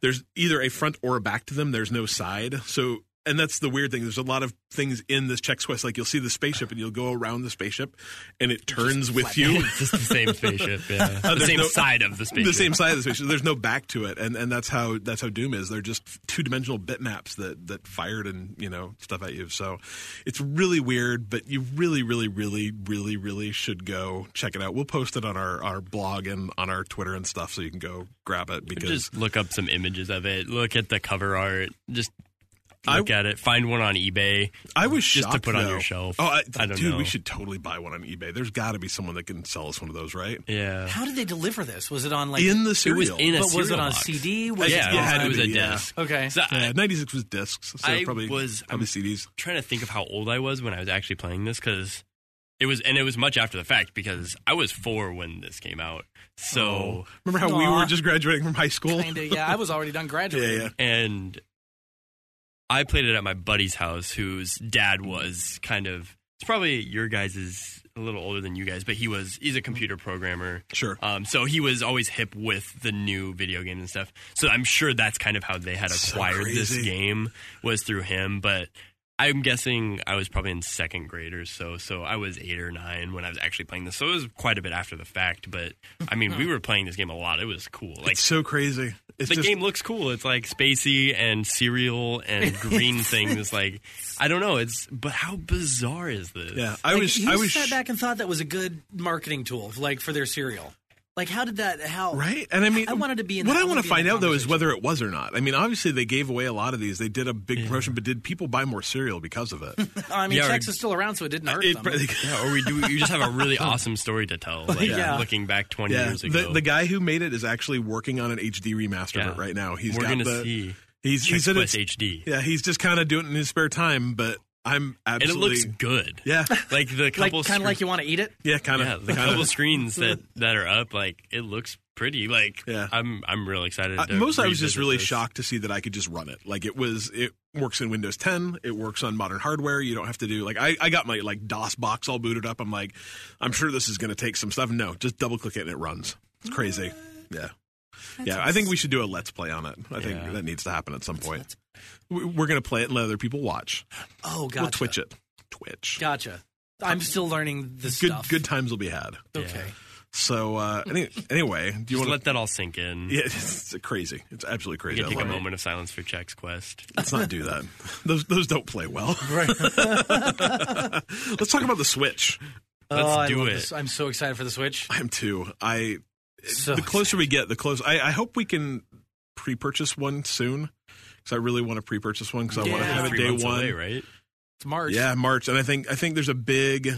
there's either a front or a back to them, there's no side. So, and that's the weird thing. There's a lot of things in this Chex Quest. Like you'll see the spaceship, and you'll go around the spaceship, and it turns with you. It's just the same spaceship, yeah. Uh, the there's same no- side of the spaceship. The same side of the spaceship. There's no back to it, and and that's how that's how Doom is. They're just two dimensional bitmaps that that fired and you know stuff at you. So it's really weird, but you really, really, really, really, really should go check it out. We'll post it on our our blog and on our Twitter and stuff, so you can go grab it because Just look up some images of it. Look at the cover art. Just I- look at it. Find one on eBay. I was just shocked, to put on though. your shelf. Oh, I, I don't dude, know. we should totally buy one on eBay. There's got to be someone that can sell us one of those, right? Yeah. How did they deliver this? Was it on like in the It cereal. was in a But was it cereal on box. CD? Was yeah, it it, had, on- it was a Yeah. disc. Okay. So yeah, I, 96 was discs, so I probably was- um, probably CDs. trying to think of how old I was when I was actually playing this because it was, and it was much after the fact because I was four when this came out. So, Remember how we Aw. were just graduating from high school? Kinda, yeah, I was already done Yeah, graduating. yeah. and I played it at my buddy's house, whose dad was kind of, it's probably your guys' is a little older than you guys, but he was, he's a computer programmer. Sure. Um, so he was always hip with the new video games and stuff. So I'm sure that's kind of how they had So acquired this crazy. game was through him. But I'm guessing I was probably in second grade or so. So I was eight or nine when I was actually playing this. So it was quite a bit after the fact. But I mean, we were playing this game a lot. It was cool. Like it's so crazy. It's the just, game looks cool. It's like spacey and cereal and green things. Like I don't know. It's but how bizarre is this? Yeah, I Like, was. you I was. sat back and thought that was a good marketing tool, like for their cereal. Like, how did that? How Right, and I mean, I wanted to be in. what that. I want to find that out though is conversation. whether it was or not. I mean, obviously they gave away a lot of these. They did a big promotion, but did people buy more cereal because of it? I mean, Yeah, or- Chex is still around, so it didn't hurt Uh, It them. probably- Yeah, or we do. You just have a really awesome story to tell. Like Yeah. looking back twenty yeah, years ago. the, the guy who made it is actually working on an HD remaster of Yeah. it right now. He's We're got gonna the, see. He's he Chex said Quest it's HD, Yeah, he's just kind of doing it in his spare time, but I'm and it absolutely looks good. Yeah, Like the like couple, kind of like you want to eat it. yeah, kind yeah, of. the couple screens that that are up. Like it looks pretty. Like Yeah. Uh, I'm I'm real excited. to most I was just uh, revisit really this. shocked to see that I could just run it. Like it was, it works in Windows 10. It works on modern hardware. You don't have to do like I, I got my like DOS box all booted up. I'm like, I'm sure this is going to take some stuff. No, just double click it and it runs. It's crazy. Yeah, yeah. I think we should do a let's play on it. I Yeah. think that needs to happen at some point. We- We're going to play it and let other people watch. Oh, gotcha. We'll Twitch it. Twitch. Gotcha. I'm still learning the Good stuff. good times will be had. Okay. So uh, any, anyway, do you Just want let that all sink in. Yeah, it's crazy. It's absolutely We crazy. could I take a love it. moment of silence for Chex Quest. Let's not do that. Those those don't play well. Right. Let's talk about the Switch. Let's Oh, I do love it. this. I'm so excited for the Switch. I'm too. I So the closer we get, the closer. I, I hope we can pre-purchase one soon because I really want to pre-purchase one because I want Yeah. to have it Three day months one. away, right? It's March. Yeah, March, and I think I think there's a big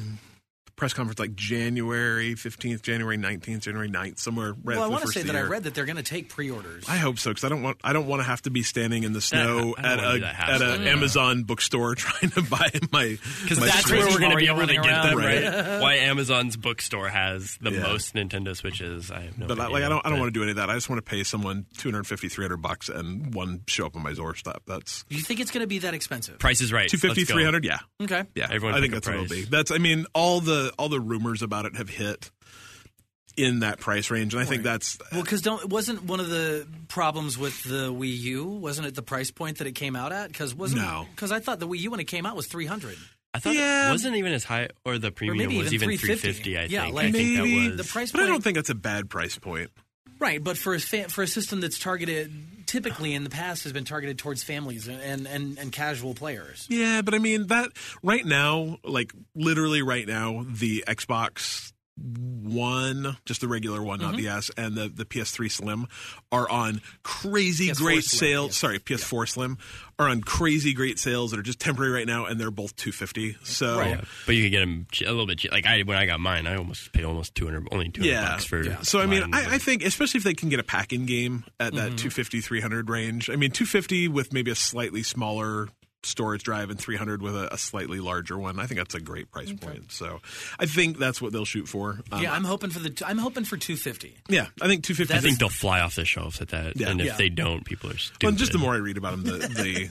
press conference like January 15th, January 19th, January 9th, somewhere. Right well, I after the want to first say of that the I year. read that they're going to take pre-orders. I hope so because I don't want I don't want to have to be standing in the snow I don't wanna do at that a at hassle, an yeah. Amazon bookstore trying to buy my because That's where we're going to be Mario able to get running them, around. right? Why Amazon's bookstore has the Yeah. most Nintendo Switches. I have no But I, idea. like I don't I don't want to do any of that. I just want to pay someone 250 300 bucks and one show up on my doorstep. That's Do you think it's going to be that expensive? Price is right. 250 Let's go. 300, yeah. Okay. Yeah. Everyone I pick a think that's what it'll price. be. That's I mean all the all the rumors about it have hit in that price range and I think that's Well, because don't wasn't one of the problems with the Wii U wasn't it the price point that it came out at? Because wasn't No. because I thought the Wii U when it came out was three hundred. I thought Yeah. it wasn't even as high, or the premium maybe was even even 350, 350. I yeah, think. like I think maybe that was The price But I point, don't think that's a bad price point. right? But for a fa- for a system that's targeted typically in the past has been targeted towards families and and, and, and casual players. Yeah, but I mean that right now, like literally right now, the Xbox One, just the regular one, not the S, and the the PS3 Slim are on crazy PS4 great Slim, sales. yes. Sorry, PS4 Slim are on crazy great sales that are just temporary right now, and they're both two fifty. Oh, So. Yeah, but you could get them a little bit cheap. Like I, when I got mine, I almost paid almost 200, only 200 Yeah. bucks for. So I mean, mine, I, I but- think especially if they can get a pack in game at Mm-hmm. that 250 300 range. I mean, 250 with maybe a slightly smaller storage drive and 300 with a, a slightly larger one. I think that's a great price point. So I think that's what they'll shoot for. Um, yeah, I'm hoping for the I'm hoping for two fifty. yeah, I think 250. I think they'll fly off the shelves at that. Yeah. and if Yeah. they don't, people are stupid. Well, just the more I read about them, the the,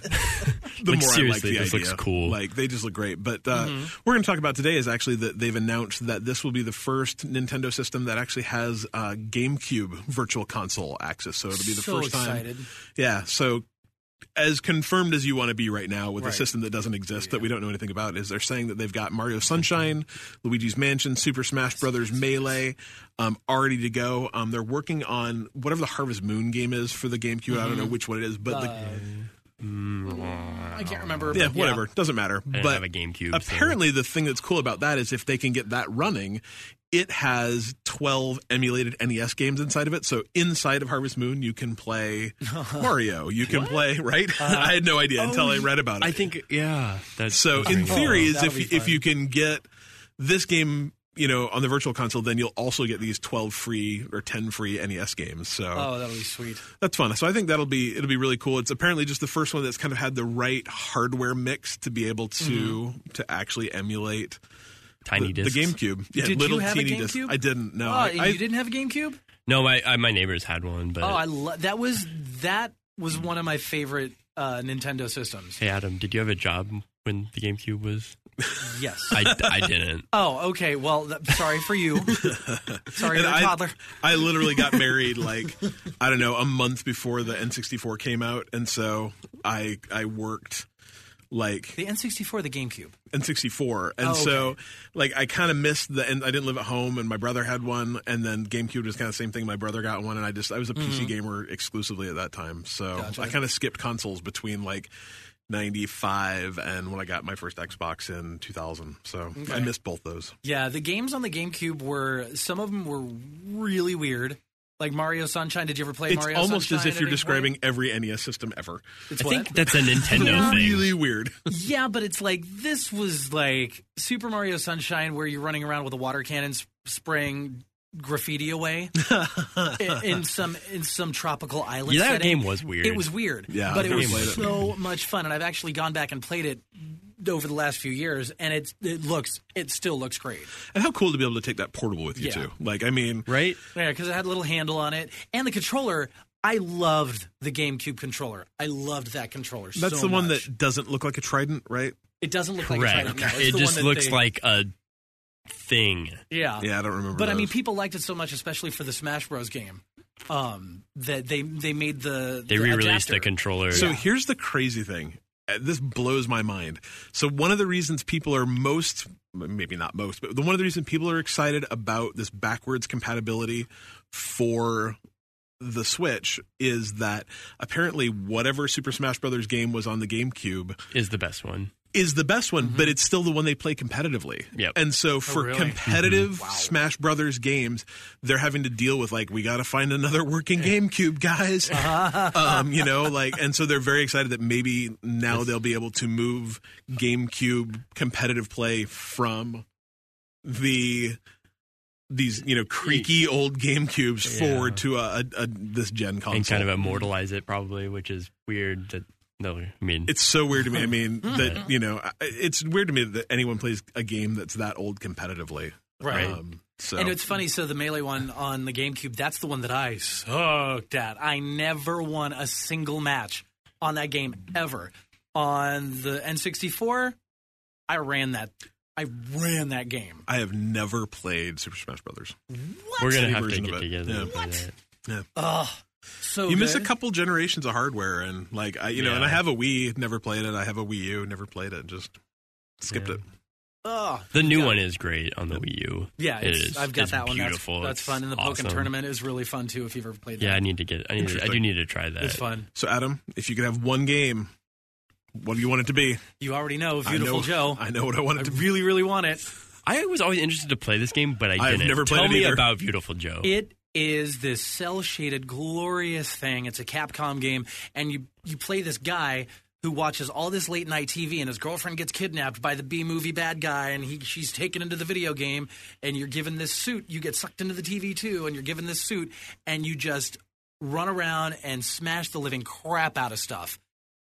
the Like, more seriously, I like the this idea. looks cool. Like they just look great. But uh, we're going to talk about today is actually that they've announced that this will be the first Nintendo system that actually has uh, GameCube Virtual Console access. So it'll be the So first time. excited. Yeah. So as confirmed as you want to be right now with a Right. system that doesn't exist that we don't know anything about is they're saying that they've got Mario Sunshine, Luigi's Mansion, Super Smash Brothers Melee um, already to go. Um, they're working on whatever the Harvest Moon game is for the GameCube. I don't know which one it is, but the, Mm-hmm. I can't remember. yeah, but whatever doesn't matter. I Mm. don't but have a GameCube. so- Apparently, the thing that's cool about that is if they can get that running, it has 12 emulated NES games inside of it. So inside of Harvest Moon, you can play Mario. You can play, right? Uh, I had no idea until I oh, read about it. I think yeah. That's so. In that's- theory, is that'll if be if fun. you can get this game, you know, on the virtual console, then you'll also get these 12 free or 10 free NES games. So Oh, that would be sweet. that's fun. So I think that'll be it'll be really cool. It's apparently just the first one that's kind of had the right hardware mix to be able to Mm-hmm. to actually emulate tiny the, discs. the GameCube. Yeah, Did you little have a teeny disc. GameCube? I didn't. No, oh, I, you I- didn't have a GameCube? No, my I, my neighbors had one, but Oh, I lo- that was that was one of my favorite uh, Nintendo systems. hey Adam, did you have a job when the GameCube was? Yes. I, I didn't. oh, okay. Well, th- sorry for you. sorry, and you're a I, toddler. I literally got married like I don't know a month before the N64 came out, and so I I worked like The N64, the GameCube. N64, and Oh, okay. so like I kind of missed the and I didn't live at home, and my brother had one, and then GameCube was kind of the same thing. My brother got one, and I just I was a Mm-hmm. PC gamer exclusively at that time, so I kind of skipped consoles between like. 95 and when I got my first Xbox in 2000. So I missed both those. Yeah, the games on the GameCube were some of them were really weird. Like Mario Sunshine. Did you ever play It's Mario almost Sunshine? as if at you're any point? describing every NES system ever. It's I what? think that's a Nintendo thing. Really weird. Yeah, but it's like this was like Super Mario Sunshine, where you're running around with a water cannon sp- spraying graffiti away in, in some in some tropical island. Yeah, that setting. game was weird. It was weird. Yeah, but it I've was played it. so much fun, and I've actually gone back and played it over the last few years, and it's it looks it still looks great. And how cool to be able to take that portable with you Yeah. too. Like I mean, Right? Yeah, because it had a little handle on it, and the controller. I loved the GameCube controller. I loved that controller. that's so the one much. that doesn't look like a trident, right? it doesn't look like a Correct. trident. No, it's it the one just that looks they- like a thing. yeah, Yeah, I don't remember. Uh, But I mean, those. people liked it so much, especially for the Smash Bros. game, um, that they they made the They the re-released the adapter. controller. So here's the crazy thing. Uh, This blows my mind. So one of the reasons people are most maybe not most, but the one of the reasons people are excited about this backwards compatibility for the Switch is that apparently whatever Super Smash Brothers game was on the GameCube is the best one. is the best one, but it's still the one they play competitively. Yep. And so for really? competitive Smash Brothers games, they're having to deal with like we got to find another working GameCube, guys. um, you know, like and so they're very excited that maybe now they'll be able to move GameCube competitive play from the these you know creaky old GameCubes forward to a, a, a this gen Oh, console And kind Mm-hmm. of immortalize it probably, which is weird that no I mean it's so weird to me. I mean, Mm. that you know, I- it's weird to me that anyone plays a game that's that old competitively. Um, Right. so And it's funny. So the melee one on the GameCube, that's the one that I sucked at. I never won a single match on that game ever. On the N64, I ran that. I ran that game. I have never played Super Smash Brothers. we're gonna Any have to version of get it. together. Yeah. and play that. So You miss a good. couple generations of hardware, and like I, you know, and I have a Wii, never played it. I have a Wii U, never played it. Just skipped Yeah. it. Ugh. The new one is great on the Wii U. yeah, it it's, is. I've got It's that one. That's, Beautiful. that's It's fun. And the Pokken awesome. tournament is really fun too. If you've ever played that, Yeah, I need to get. I need. To, I do Interesting. need to try that. it's fun. So Adam, if you could have one game, what do you want it to be? You already know, I beautiful know- Joe. I know what I want I it to be. really, really want it. I was always interested to play this game, but I I've didn't. never played Tell it me either. about Beautiful Joe. It is this cell shaded, glorious thing. It's a Capcom game, and you you play this guy who watches all this late night TV, and his girlfriend gets kidnapped by the B movie bad guy, and he she's taken into the video game, and you're given this suit. You get sucked into the TV too, and you're given this suit, and you just run around and smash the living crap out of stuff.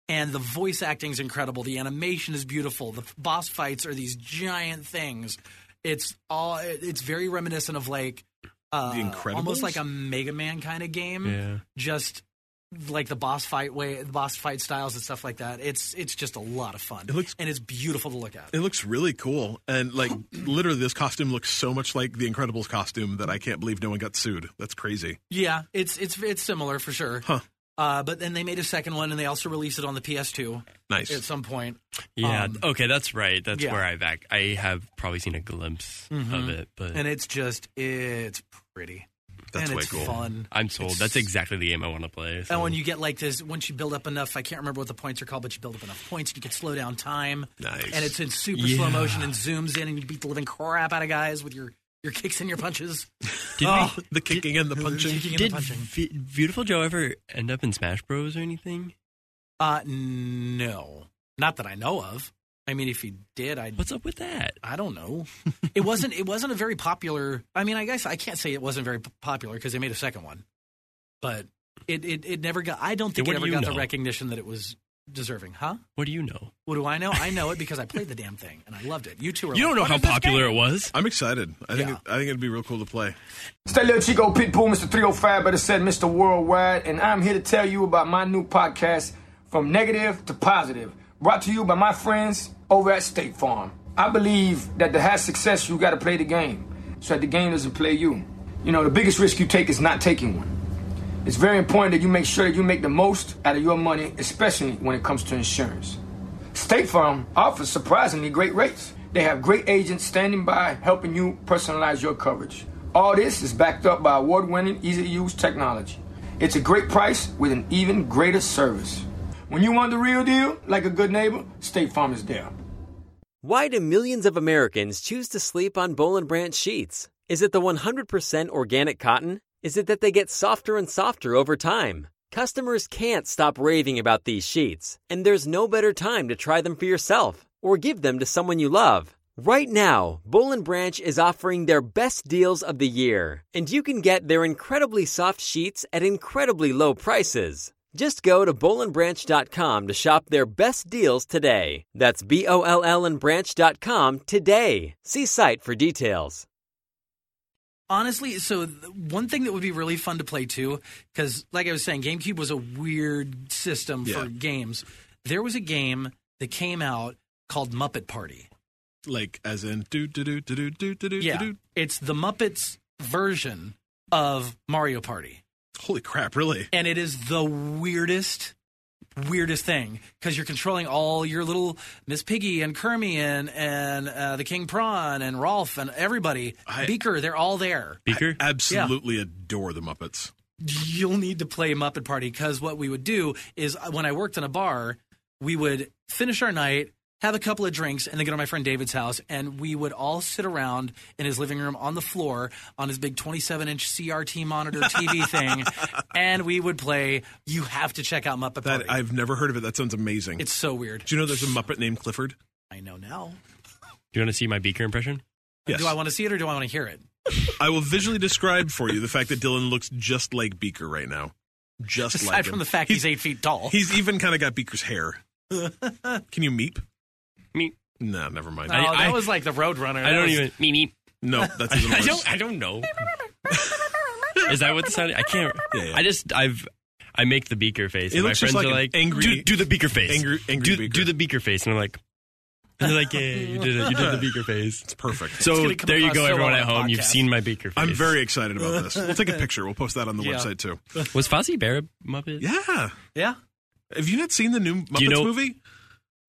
And the voice acting's incredible. The animation is beautiful. The f- boss fights are these giant things. It's all. it- It's very reminiscent of like uh, The Incredibles? almost like a Mega Man kind of game. Yeah. Just like the boss fight way, the boss fight styles and stuff like that. It's it's just a lot of fun. It looks- and it's beautiful to look at. It looks really cool, and like literally, this costume looks so much like the Incredibles costume that I can't believe no one got sued. That's crazy. yeah, it's it's it's similar for sure. Huh. Uh, but then they made a second one, and they also released it on the PS2. Nice. At some point. Yeah. Um, okay, that's right. That's yeah. where I've ac- I have probably seen a glimpse of Mhm. it, but and it's just it's pretty. that's and way it's cool. Fun. I'm sold. It's- that's exactly the game I want to play. so- Oh, And when you get like this, once you build up enough, I can't remember what the points are called, but you build up enough points, you can slow down time. Nice. And it's in super slow Yeah. motion and zooms in, and you beat the living crap out of guys with your your kicks and your punches. Did Oh, we- the kicking and the punching. kicking and the Did punching. Be- Beautiful Joe ever end up in Smash Bros or anything? Uh, no, not that I know of. I mean, if he did, I what's up with that? I don't know. it wasn't. It wasn't a very popular. I mean, I guess I can't say it wasn't very p- popular because they made a second one, but it it, it never got. I don't think what it do ever you got the know? recognition that it was deserving, huh? What do you know? What do I know? I know it because I played the damn thing and I loved it. You two are. You don't know like, how "What is this popular it was. I'm excited. I think Yeah. I think it'd be real cool to play. It's that little Chico Pitbull, Mr. 305, better said Mr. Worldwide, and I'm here to tell you about my new podcast, From Negative to Positive, brought to you by my friends over at State Farm. I believe that to have success, you got to play the game so that the game doesn't play you. You know, the biggest risk you take is not taking one. It's very important that you make sure that you make the most out of your money, especially when it comes to insurance. State Farm offers surprisingly great rates. They have great agents standing by helping you personalize your coverage. All this is backed up by award winning, easy to use technology. It's a great price with an even greater service. When you want the real deal, like a good neighbor, State Farm is there. Why do millions of Americans choose to sleep on Bolin Branch sheets? Is it the 100% organic cotton? Is it that they get softer and softer over time? Customers can't stop raving about these sheets, and there's no better time to try them for yourself or give them to someone you love. Right now, Bolin Branch is offering their best deals of the year, and you can get their incredibly soft sheets at incredibly low prices. Just go to bolandbranch.com to shop their best deals today. That's B O L L and branch.com today. See site for details. Honestly, so th- one thing that would be really fun to play too, because like I was saying, GameCube was a weird system Yeah. for games. There was a game that came out called Muppet Party. Like as in do do do do do do do do. Yeah, do. it's the Muppets version of Mario Party. Holy crap! Really? and it is the weirdest weirdest thing because you're controlling all your little miss piggy and kermie and, and uh, the king prawn and rolf and everybody beaker they're all there Beaker. I absolutely adore the Muppets. you'll need to play Muppet Party because what we would do is uh, when I worked in a bar, we would finish our night, have a couple of drinks, and then go to my friend David's house, and we would all sit around in his living room on the floor on his big 27 inch CRT monitor TV thing, and we would play. You have to check out Muppet Party. That I've never heard of it. That sounds amazing. It's so weird. Do you know there's a Muppet named Clifford? I know now. Do you want to see my Beaker impression? Yes. Do I want to see it or do I want to hear it? I will visually describe for you the fact that Dylan looks just like Beaker right now. Just Aside like him. from the fact he's, eight feet tall. He's even kind of got Beaker's hair. Can you meep? Meep. No, never mind. No, Oh, that was like the Roadrunner. I That don't was- even meep meep. No, that's even I worse. don't. I don't know. Is that what the sound? I can't. yeah. I just. I've. I make the beaker face. It and looks my just friends like are an like angry- Do, do the beaker face. angry- angry do, beaker. do the beaker face, and I'm like. And they're like, yeah, you did it. You did the beaker face. It's perfect. So It's gonna come there you across go, so everyone well at on the home. You've podcast. seen my beaker face. I'm very excited about this. We'll take a picture. We'll post that on the Yeah. website too. Was Fozzie Bear a Muppet? Yeah. Yeah. Have you not seen the new Muppets Do you know- movie?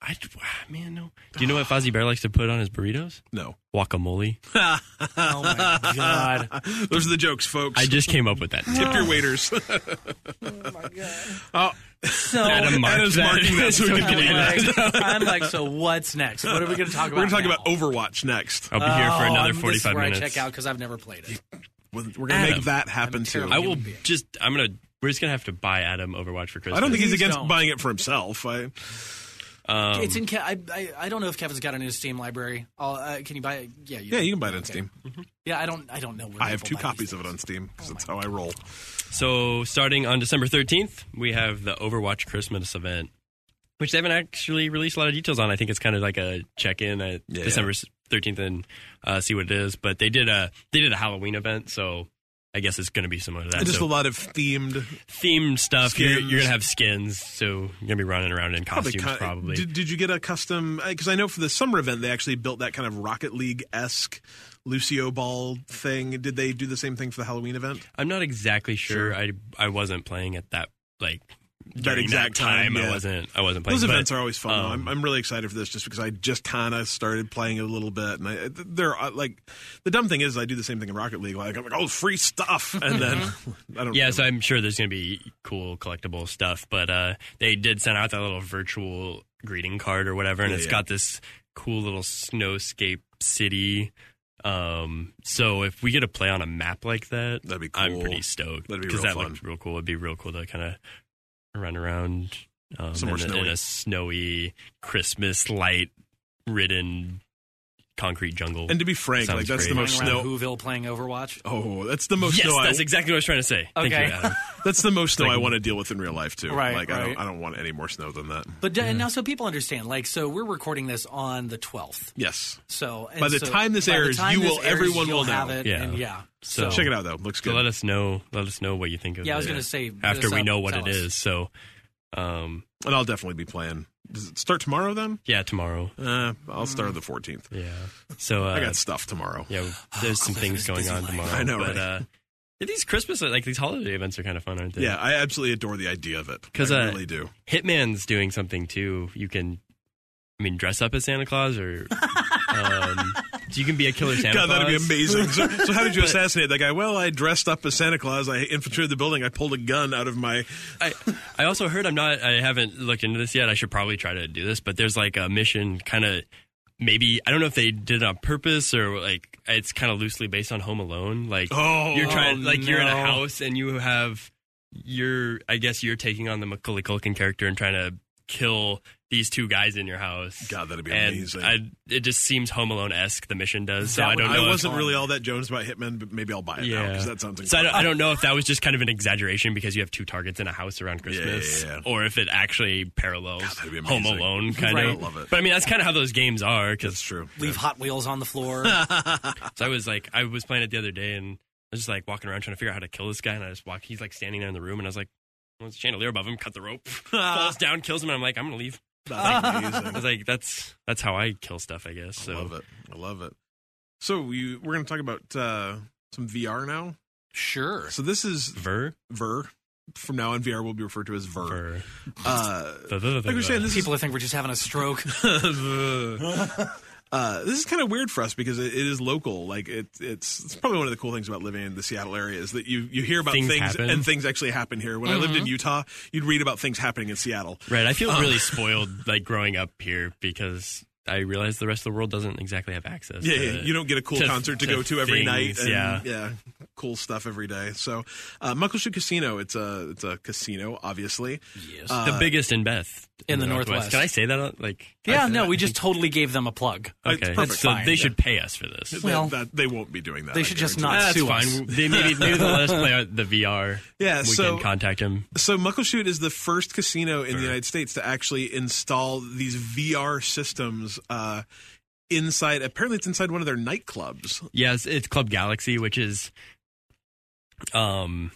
I ah, man no. Do you know what Fozzie Bear likes to put on his burritos? No. Guacamole. oh my God. Those are the jokes, folks. I just came up with that. Tip your waiters. oh So Adam marked Adam's that. marking that so we can delete I'm that. like, I'm like, so what's next? What are we going to talk about? We're gonna talk now? about Overwatch next. I'll be here for Oh, another I'm- 45 this is where minutes. I check out because I've never played it. We're we're gonna Adam. make that happen too. I will just. I'm gonna. We're just gonna have to buy Adam Overwatch for Christmas. I don't think he's against don't. buying it for himself. I, Um, it's in. Ke- I, I I don't know if Kevin's got it in his Steam library. I'll, uh, can you buy it? Yeah, you yeah, you can buy it on Steam. Yeah, I don't. I don't know. Where I have two people buy these copies of it on Steam because that's how I roll. So, starting on December 13th, we have the Overwatch Christmas event, which they haven't actually released a lot of details on. I think it's kind of like a check in at Yeah. December 13th and uh, see what it is. But they did a they did a Halloween event, so I guess it's going to be similar to that. Just So a lot of themed themed stuff. You're, skins. you're going to have skins, so you're going to be running around in costumes ki- probably. Did, did you get a custom? Because I know for the summer event they actually built that kind of Rocket League esque Lucio Ball thing. Did they do the same thing for the Halloween event? I'm not exactly sure. I I wasn't playing at that like during that exact time, yeah. I wasn't I wasn't playing. Those but, events are always fun. though. um, I'm, I'm really excited for this just because I just kind of started playing it a little bit, and I, they're uh, like the dumb thing is I do the same thing in Rocket League. Like I'm like, oh, free stuff, and then I don't. Mm-hmm. yeah, so I'm sure there's going to be cool collectible stuff, but uh, they did send out that little virtual greeting card or whatever, and Oh, Yeah, it's yeah. got this cool little snowscape city. Um, so if we get to play on a map like that, that'd be I'm cool. pretty stoked That'd be 'cause real that looked real cool. It'd be real cool to kind of run around um, Somewhere in, a, in snowy. a snowy Christmas light ridden concrete jungle. And to be frank, like, that's the most Running snow- around Whoville playing Overwatch. Oh, that's the most Yes, snow. that's I, exactly what I was trying to say. Thank you, Okay. Adam. that's the most snow Like- I want to deal with in real life too. Right, Like I don't right. I don't want any more snow than that. But d- and now, so people understand, like, so we're recording this on the twelfth. Yes. So and By the so time this by the airs, time you this will- airs, everyone you'll will know. have it. Yeah, and yeah. So, Check it out, though. Looks so good. Let us know. Let us know what you think of. Yeah, I was it gonna say, hit after us we up, know what tell it us. is. So, um, and I'll definitely be playing. Does it start tomorrow then? Yeah, tomorrow. Uh, I'll start on the 14th. Yeah. So uh, I got stuff tomorrow. Mm. Yeah, there's some things going on tomorrow. I know, but, right? Uh, yeah, these Christmas like these holiday events are kind of fun, aren't they? yeah, I absolutely adore the idea of it. because I uh, really do. Hitman's doing something too. You can, I mean, dress up as Santa Claus, or um, so you can be a killer Santa. God, that'd be Claus. amazing. So, so how did you But- assassinate that guy? Well, I dressed up as Santa Claus. I infiltrated the building. I pulled a gun out of my. I I also heard I'm not I haven't looked into this yet. I should probably try to do this, but there's like a mission kind of maybe I don't know if they did it on purpose or like it's kind of loosely based on Home Alone. Like Oh, you're trying oh, like you're in a no. house and you have you're I guess you're taking on the Macaulay Culkin character and trying to kill these two guys in your house. God, that'd be and amazing. I, it just seems Home Alone esque. The mission does. So That I would- don't know. I if- wasn't really all that Jones about Hitman, but maybe I'll buy it now yeah, because that sounds. So I don't, Incredible. I don't know if that was just kind of an exaggeration because you have two targets in a house around Christmas, yeah, yeah. or if it actually parallels be amazing. Home Alone kind Right. of. I love it. But I mean, that's kind of how those games are. Cause, that's true. leave Hot Wheels on the floor. So I was like, I was playing it the other day, and I was just like walking around trying to figure out how to kill this guy, and I just walk. He's like standing there in the room, and I was like, well, there's a chandelier above him, cut the rope, falls down, kills him, and I'm like, I'm gonna leave. That's Like, amazing. I was like, that's that's how I kill stuff, I guess. So I love it. I love it. So you, we're going to talk about uh, some VR now. Sure. So this is Ver. Ver. From now on, VR will be referred to as Ver. Ver. Uh, like we're saying, this is people think we're just having a stroke. uh, this is kind of weird for us because it, it is local. Like it, it's it's probably one of the cool things about living in the Seattle area is that you you hear about Things things, happen. and things actually happen here. When I lived in Mhm. Utah, you'd read about things happening in Seattle. Right. I feel Um, really spoiled like growing up here because I realize the rest of the world doesn't exactly have access. Yeah, to, yeah, you don't get a cool to- concert to, go to every things, night. and, yeah. yeah, cool stuff every day. So, uh, Muckleshoot Casino, it's a it's a casino, obviously. Yes, the biggest in Beth Uh, In the Northwest. Can I say that? on- Like, yeah, no, we just totally gave them a plug. okay, That's so fine. they should pay us for this. Well- that, they won't be doing that. They I should just guarantee. not Ah, that's sue fine. us. They maybe maybe they'll let us play out the VR. Yeah, we so- can contact him. So Muckleshoot is the first casino in the United States to actually install these VR systems uh, inside. Apparently, it's inside one of their nightclubs. Yes, it's Club Galaxy, which is um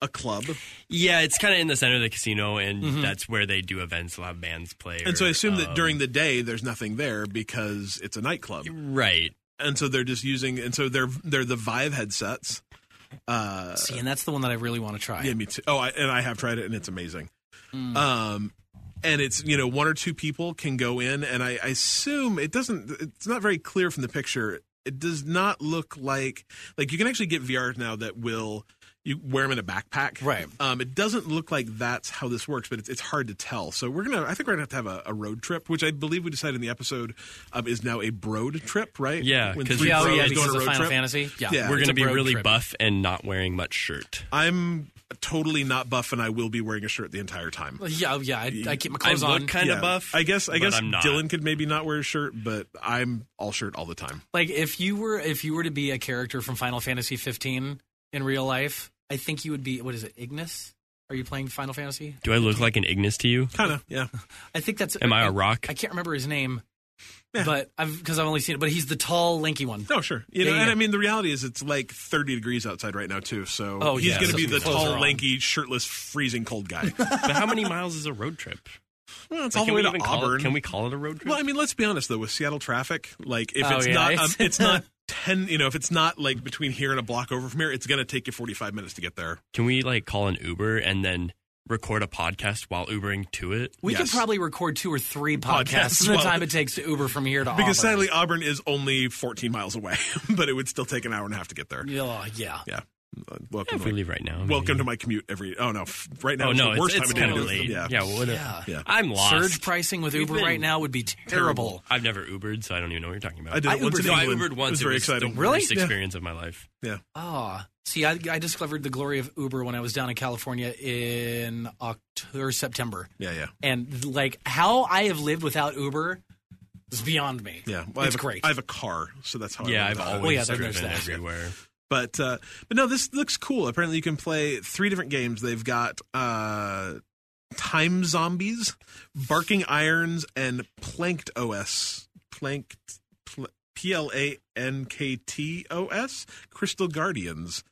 A club, yeah, it's kind of in the center of the casino, and Mm-hmm. Mhm. that's where they do events. They'll have bands play, and so I or, assume that um, during the day there's nothing there because it's a nightclub, right. and so they're just using. And so they're they're the Vive headsets. Uh, See, and that's the one that I really want to try. Yeah, me too. Oh, I, and I have tried it, and it's amazing. Mm. Um, and it's you know one or two people can go in, and I, I assume it doesn't. It's not very clear from the picture. It does not look like like you can actually get VRs now that will you wear them in a backpack, Right. Um, it doesn't look like that's how this works, but it's, it's hard to tell. So we're gonna. I think we're gonna have to have a, a road trip, which I believe we decided in the episode um, is now a broad trip, right? Yeah, When because three we- Oh, bros yeah, go on because a of road Final trip. Fantasy. Yeah, Yeah. We're going it's a to be road really trip. buff and not wearing much shirt. I'm totally not buff, and I will be wearing a shirt the entire time. Well, Yeah, oh, yeah. I, I keep my clothes I look on. kind of Yeah. buff. I guess I but guess I'm not. Dylan could maybe not wear a shirt, but I'm all shirt all the time. Like if you were if you were to be a character from Final Fantasy 15 in real life, I think you would be what is it? Ignis? Are you playing Final Fantasy? Do I look like an Ignis to you? Kind of, yeah. I think that's. Am I a rock? I can't remember his name, but I've because I've only seen it. But he's the tall, lanky one. No, sure. You know, Yeah, yeah. and I mean the reality is it's like 30 degrees outside right now too, so Oh, he's yeah, going to so be some the clothes are tall, on. lanky, shirtless, freezing cold guy. But how many miles is a road trip? well, it's Like, all the can way we to even call it- Auburn. can we call it a road trip? Well, I mean, let's be honest though, with Seattle traffic, like if Oh, it's yeah, not, it's- um, it's not 10. You know, if it's not like between here and a block over from here, it's going to take you 45 minutes to get there. Can we like call an Uber and then record a podcast while Ubering to it. We could probably record two or three podcasts, in the well- time it takes to Uber from here to because Auburn. sadly Auburn is only 14 miles away, but it would still take an hour and a half to get there. Yeah, Oh, yeah. Yeah. Uh, Welcome if we leave right now, maybe. Welcome to my commute every. Oh no, f- right now Oh, is no, the worst it's- it's time of day to kinda do it. late. Yeah, Yeah, what a- Yeah. I'm lost. Surge pricing with We've Uber been right now would be terrible. I've never Ubered, so I don't even know what you're talking about. I did it once Ubered, in no, I England. Ubered It once. was very exciting. The Really? worst Yeah. experience of my life. Yeah. Ah, see, I, I discovered the glory of Uber when I was down in California in October, September. Yeah, yeah. And like how I have lived without Uber is beyond me. Yeah, it's I have a- great. I have a car, so that's how. Yeah, I I've learned always that. Well, yeah, there's driven that. everywhere. But uh, but no, this looks cool. Apparently, you can play three different games. They've got uh, Time Zombies, Barking Irons, and Planked OS. Planked. Pl- P L A N K T O S Crystal Guardians.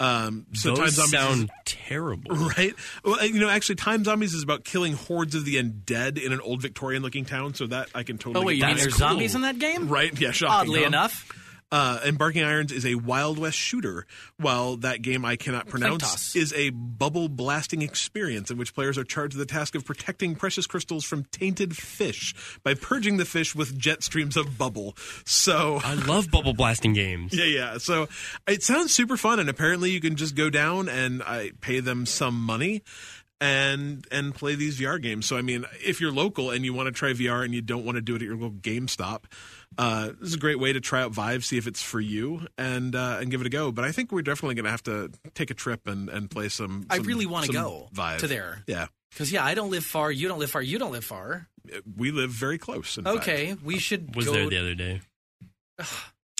Um, so Those Time Zombies sound is- terrible. right? Well, you know, actually, Time Zombies is about killing hordes of the undead in an old Victorian-looking town. So that I can totally. Oh, wait, get you mean behind. there's zombies in that game? Right? Yeah, shocking. Oddly huh? enough. Uh, and Barking Irons is a Wild West shooter, while that game I cannot pronounce Phantos. is a bubble blasting experience in which players are charged with the task of protecting precious crystals from tainted fish by purging the fish with jet streams of bubble. So I love bubble blasting games. yeah, yeah. So it sounds super fun, and apparently you can just go down and I pay them some money and and play these VR games. So I mean, if you're local and you want to try VR and you don't want to do it at your local GameStop, uh, this is a great way to try out Vive, see if it's for you, and uh, and give it a go. But I think we're definitely going to have to take a trip and and play some. I some- really want to some go Vive to there. Yeah, Because, yeah, I don't live far. You don't live far. You don't live far. we live very close. in fact. Okay, we should Was go. there the other day?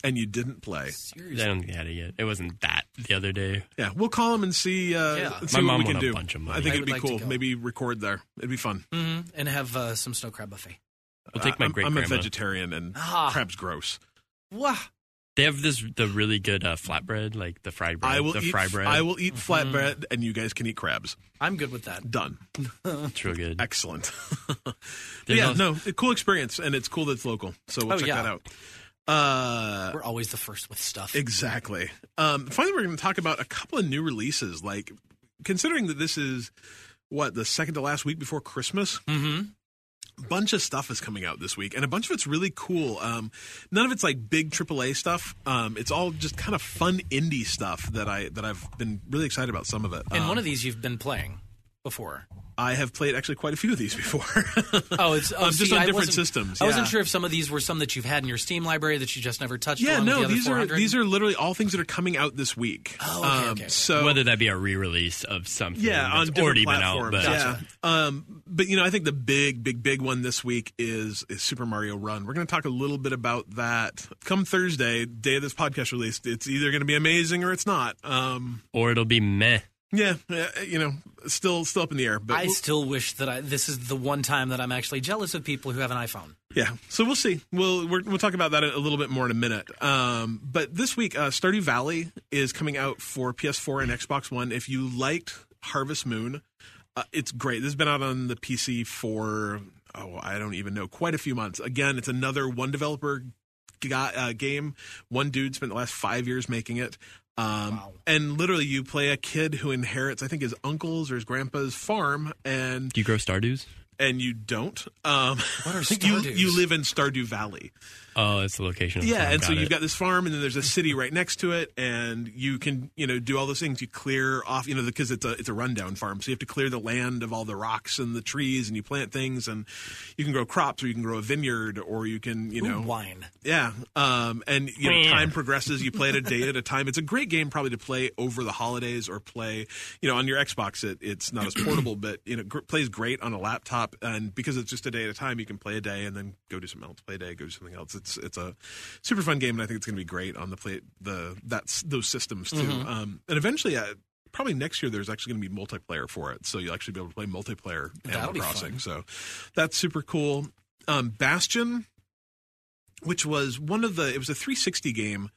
and you didn't play. I don't think they had it yet. It wasn't that the other day. Yeah, we'll call him and see. Uh, Yeah. see My what mom we can won a do. bunch of money. I think I it'd would be like to cool. go. Mm. Maybe record there. It'd be fun. hmm and have uh, some snow crab buffet. I'll take my Uh, I'm, great I'm a grandma. vegetarian and Ah. crab's gross. Wah. They have this the really good uh, flatbread, like the fried bread. I will the eat. fry bread. I will Mm-hmm. eat flatbread, and you guys can eat crabs. I'm good with that. Done. It's real good. Excellent. But There's yeah, also- no, a cool experience, and it's cool that it's local. So we'll Oh, check yeah. that out. Uh, We're always the first with stuff. Exactly. Um, finally, we're going to talk about a couple of new releases. Like, considering that this is what the second to last week before Christmas. Mm-hmm. Bunch of stuff is coming out this week, and a bunch of it's really cool. Um, none of it's like big AAA stuff. Um, it's all just kind of fun indie stuff that I that I've been really excited about. Some of it. And Um, one of these you've been playing before. I have played actually quite a few of these before. Oh, it's oh, Um, just see, on I different wasn't- systems. I wasn't Yeah. sure if some of these were some that you've had in your Steam library that you just never touched. Yeah, along with no, the other these are 400. these are literally all things that are coming out this week. Oh, okay, okay, okay. So Whether that be a re-release of something, yeah, on that's different already platforms. been out, but Yeah. Um, but you know, I think the big, big, big one this week is, is Super Mario Run. We're going to talk a little bit about that come Thursday, day of this podcast release. It's either going to be amazing or it's not. Um, or it'll be meh. yeah, uh, you know, still, still up in the air. But I we'll- still wish that I. This is the one time that I'm actually jealous of people who have an iPhone. Yeah, so we'll see. We'll we're, we'll talk about that a little bit more in a minute. Um, but this week, uh, Stardew Valley is coming out for PS4 and Xbox One. If you liked Harvest Moon, uh, it's great. This has been out on the PC for oh I don't even know quite a few months. Again, it's another one developer got, uh, game. One dude spent the last five years making it. Um, And literally, you play a kid who inherits, I think, his uncle's or his grandpa's farm, and Do you grow Stardews? and you don't. Um, what are you, Stardews? you live in Stardew Valley. Oh, it's the location. Of the Yeah, farm. and so Got you've it. got this farm, and then there's a city right next to it, and you can you know do all those things. You clear off, you know, because it's a it's a rundown farm, so you have to clear the land of all the rocks and the trees, and you plant things, and you can grow crops, or you can grow a vineyard, or you can you Ooh, know wine. yeah, um, and you know, Yeah. time progresses. You play it a day at a time. It's a great game, probably to play over the holidays or play, you know, on your Xbox. It, it's not as portable, but you know, gr- plays great on a laptop. And because it's just a day at a time, you can play a day and then go do something else. Play a day, go do something else. It's it's a super fun game, and I think it's going to be great on the play the that's those systems too. Mhm. Um, and eventually, uh, probably next year, there's actually going to be multiplayer for it, so you'll actually be able to play multiplayer That'll Animal be Crossing. fun. So that's super cool. Um, Bastion which was one of the it was a 360 game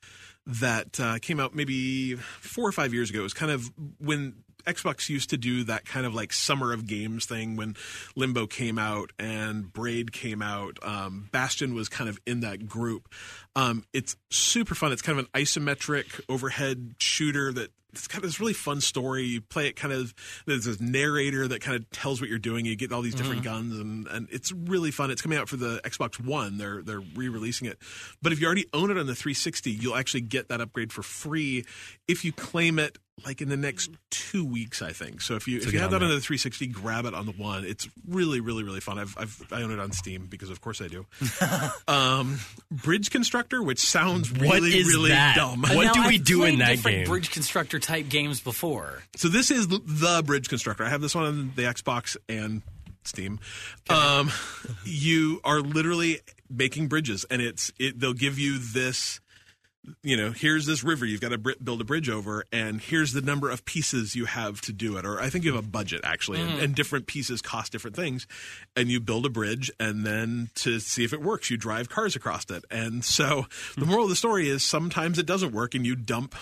that uh, came out maybe four or five years ago. It was kind of when Xbox used to do that kind of like summer of games thing when Limbo came out and Braid came out. Um, Bastion was kind of in that group. Um, it's super fun. It's kind of an isometric overhead shooter that it's got this really fun story. You play it kind of there's this narrator that kind of tells what you're doing. You get all these different Mhm. guns and, and it's really fun. It's coming out for the Xbox One. They're they're re-releasing it. But if you already own it on the 360, you'll actually get that upgrade for free if you claim it like in the next two weeks, I think. So if you So if you get have on that on that. the 360, grab it on the one. It's really really really fun. I've, I've I own it on Steam because of course I do. um, Bridge Constructor, which sounds really What is really that? dumb. What Now, do I've we do in played that different game? bridge constructor type games before. So this is the bridge constructor. I have this one on the Xbox and Steam. Um, you are literally making bridges, and it's it, they'll give you this. You know, here's this river you've got to br- build a bridge over, and here's the number of pieces you have to do it. Or I think you have a budget actually, and, Mm. and different pieces cost different things. And you build a bridge, and then to see if it works, you drive cars across it. And so the moral of the story is sometimes it doesn't work, and you dump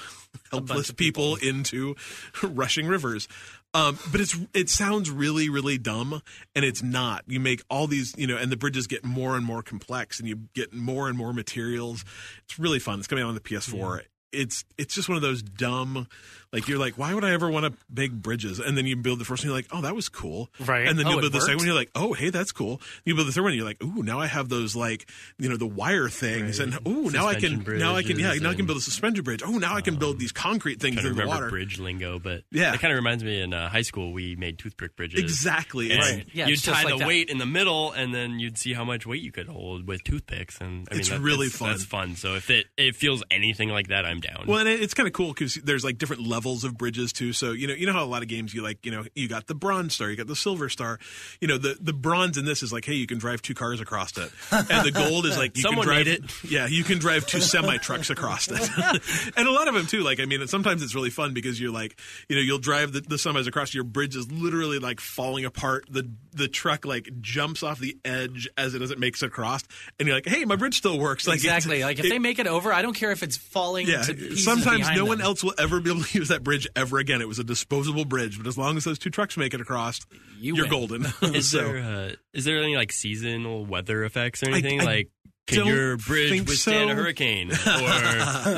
helpless people. into rushing rivers. Um, but it's it sounds really really dumb, and it's not. You make all these you know, and the bridges get more and more complex, and you get more and more materials. It's really fun. It's coming out on the PS4. It's it's just one of those dumb, like you're like, why would I ever want to make bridges? And then you build the first one, you're like, oh, that was cool, Right. And then Oh, you it build the second worked. one, you're like, oh, hey, that's cool. You build the third one, you're like, ooh, now I have those like you know the wire things, and ooh, now I can Suspension now I can yeah bridges now I can build a suspension bridge. Oh, now I can Um, build these concrete things Trying to in the remember water. bridge lingo, but Yeah. it kind of reminds me in uh, high school we made toothpick bridges. Exactly. And It's- Right. Yeah, you'd it's just tie like the that. weight in the middle, and then you'd see how much weight you could hold with toothpicks. And I mean, It's that- really that's- That's fun. So if it it feels anything like that, I'm down. Well, and it- it's kind of cool because there's like different levels of bridges too. So you know, you know how a lot of games you like, you know, you got the bronze star, you got the silver star. You know, the the bronze in this is like, hey, you can drive two cars across it, and the gold is like, you Someone can drive made it. Yeah, you can drive two semi trucks across it, and a lot of them too. Like, I mean, sometimes it's really fun because you're like, you know, you'll drive the, the semis across. Your bridge is literally like falling apart. The the truck like jumps off the edge as it as it makes it across, and you're like, hey, my bridge still works. Like it's- exactly. Like if it- they make it over, I don't care if it's falling. to pieces sometimes behind no them. one else will ever be able to use that bridge ever again. It was a disposable bridge, but as long as those two trucks make it across, you are golden. Is so. there uh, is there any like seasonal weather effects or I- anything I like? Can don't your bridge think withstand a so. hurricane or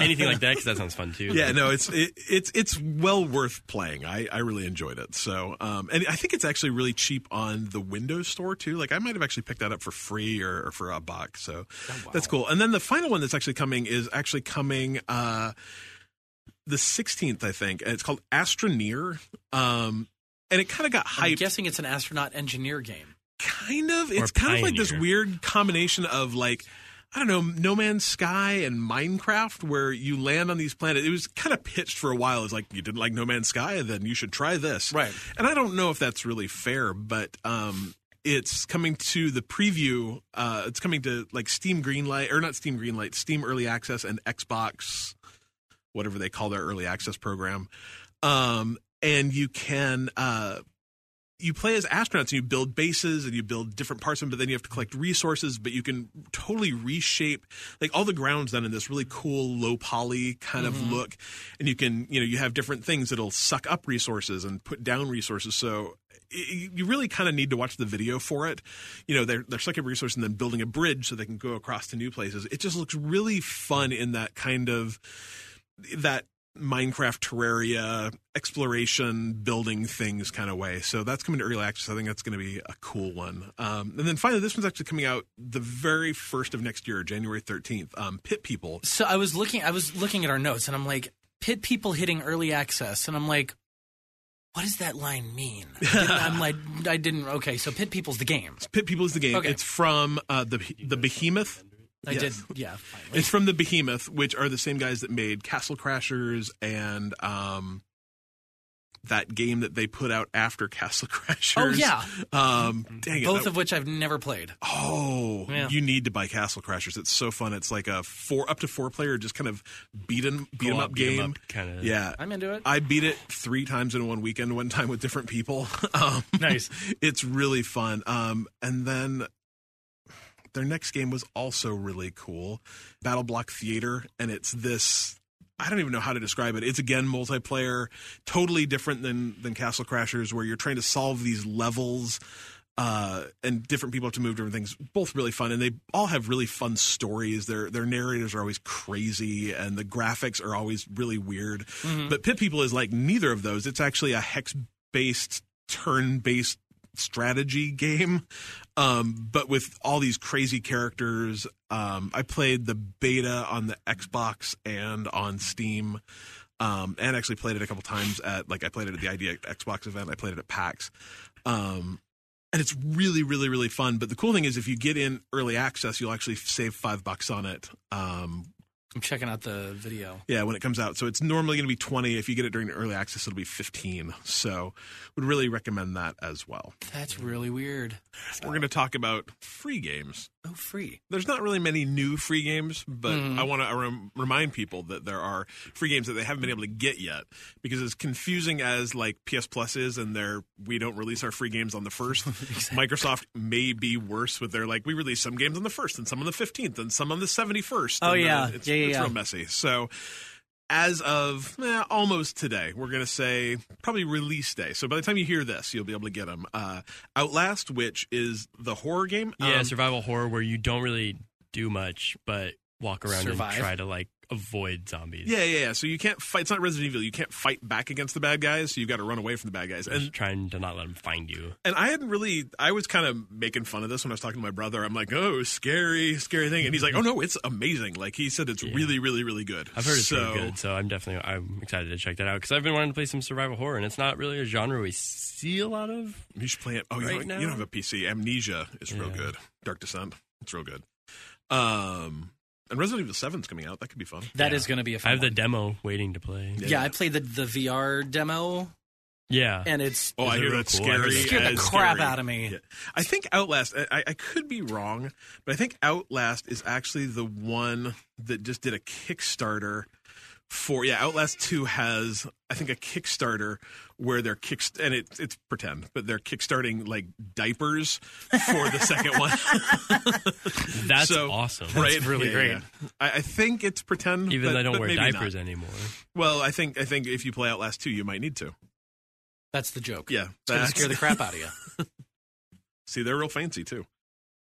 anything like that? Because that sounds fun too. Yeah, Like, no, it's it, it's it's well worth playing. I, I really enjoyed it. So, um, and I think it's actually really cheap on the Windows Store too. Like I might have actually picked that up for free or, or for a buck. So that's cool. And then the final one that's actually coming is actually coming. Uh, the 16th, I think. And it's called Astroneer. Um, and it kind of got hyped. I'm guessing it's an astronaut engineer game. kind of it's kind of like this weird combination of like I don't know, No Man's Sky and Minecraft, where you land on these planets. It was kind of pitched for a while as like you didn't like No Man's Sky, then you should try this. Right. And I don't know if that's really fair, but um, it's coming to the preview. Uh, it's coming to like Steam Greenlight or not Steam Greenlight, Steam Early Access and Xbox whatever they call their early access program. Um, and you can uh, you play as astronauts and you build bases and you build different parts of them, but then you have to collect resources. But you can totally reshape like all the grounds done in this really cool low poly kind Mhm. of look. And you can you know you have different things that'll suck up resources and put down resources. So y- you really kind of need to watch the video for it. You know, they're they're sucking resources and then building a bridge so they can go across to new places. It just looks really fun in that kind of that Minecraft Terraria exploration building things kind of way. So that's coming to early access. I think that's going to be a cool one. Um, and then finally, this one's actually coming out the very first of next year, January thirteenth. Um, Pit People. So I was looking. I was looking at our notes, and I'm like, pit people hitting early access, and I'm like, what does that line mean? I didn't- I'm like, I didn't. Okay, so pit people's the game. Pit People is the game. Okay. It's from uh, the the Behemoth. I Yes. did. Yeah. It's from the Behemoth, which are the same guys that made Castle Crashers and um, that game that they put out after Castle Crashers. Oh, yeah. Um, dang it, Both that- of which I've never played. Oh, Yeah. you need to buy Castle Crashers. It's so fun. It's like a four up to four player, just kind of beat 'em beat 'em Co-op, up beat 'em game. up kinda. Yeah, I'm into it. I beat it three times in one weekend, one time with different people. Um, nice. It's really fun. Um, and then their next game was also really cool, Battle Block Theater, and it's this. I don't even know how to describe it. It's again multiplayer, totally different than than Castle Crashers, where you're trying to solve these levels. Uh, and different people have to move different things. Both really fun, and they all have really fun stories. Their their narrators are always crazy, and the graphics are always really weird. Mhm. But Pit People is like neither of those. It's actually a hex based, turn based strategy game, um, but with all these crazy characters. Um, I played the beta on the Xbox and on Steam. Um, and actually played it a couple times at like I played it at the idea Xbox event. I played it at PAX. Um, and it's really really really fun but the cool thing is if you get in early access you'll actually save five bucks on it um, I'm checking out the video. yeah when it comes out so it's normally going to be 20 if you get it during the early access it'll be 15 so would really recommend that as well That's really weird. we're going to talk about free games Oh, free. there's not really many new free games, but Mhm. I want to rem- remind people that there are free games that they haven't been able to get yet. Because as confusing as like PS Plus is, and their we don't release our free games on the first, Microsoft may be worse with their like we release some games on the first, and some on the fifteenth, and some on the seventy first. Oh, and yeah. then it's, Yeah, yeah, it's yeah. real messy. So as of eh, almost today, we're going to say probably release day. So by the time you hear this, you'll be able to get them. Uh, Outlast, which is the horror game, Yeah, um, survival horror where you don't really do much but walk around Survive. and try to like avoid zombies. Yeah, yeah, yeah. So you can't fight. It's not Resident Evil. You can't fight back against the bad guys. So you've got to run away from the bad guys. And Just trying to not let them find you. and I hadn't really. I was kind of making fun of this when I was talking to my brother. I'm like, oh, scary, scary thing. And he's like, oh no, it's amazing. Like he said, it's really, really, really good. I've heard it's so. pretty good, so I'm definitely I'm excited to check that out because I've been wanting to play some survival horror, and it's not really a genre we see a lot of. You should play it. Oh, you, right don't, now. you don't have a PC. Amnesia is real Yeah. good. Dark Descent, it's real good. Um, and Resident Evil Seven's coming out. That could be fun. That is going to be a fun I have the one. demo waiting to play. Yeah, I played the, the VR demo. Yeah. And it's Oh, I hear that's scary. It scared the as crap scary. out of me. Yeah. I think Outlast. I, I could be wrong, but I think Outlast is actually the one that just did a Kickstarter for. Yeah, Outlast Two has I think a Kickstarter where they're kick and it, it's pretend, but they're kickstarting like diapers for the second one. That's awesome. Right? That's really Yeah, great. yeah. I, I think it's pretend. Even but, though I don't but wear maybe diapers not. anymore. Well, I think I think if you play Outlast Two, you might need to. That's the joke. Yeah, It's going to that's- scare the crap out of you. See, they're real fancy too.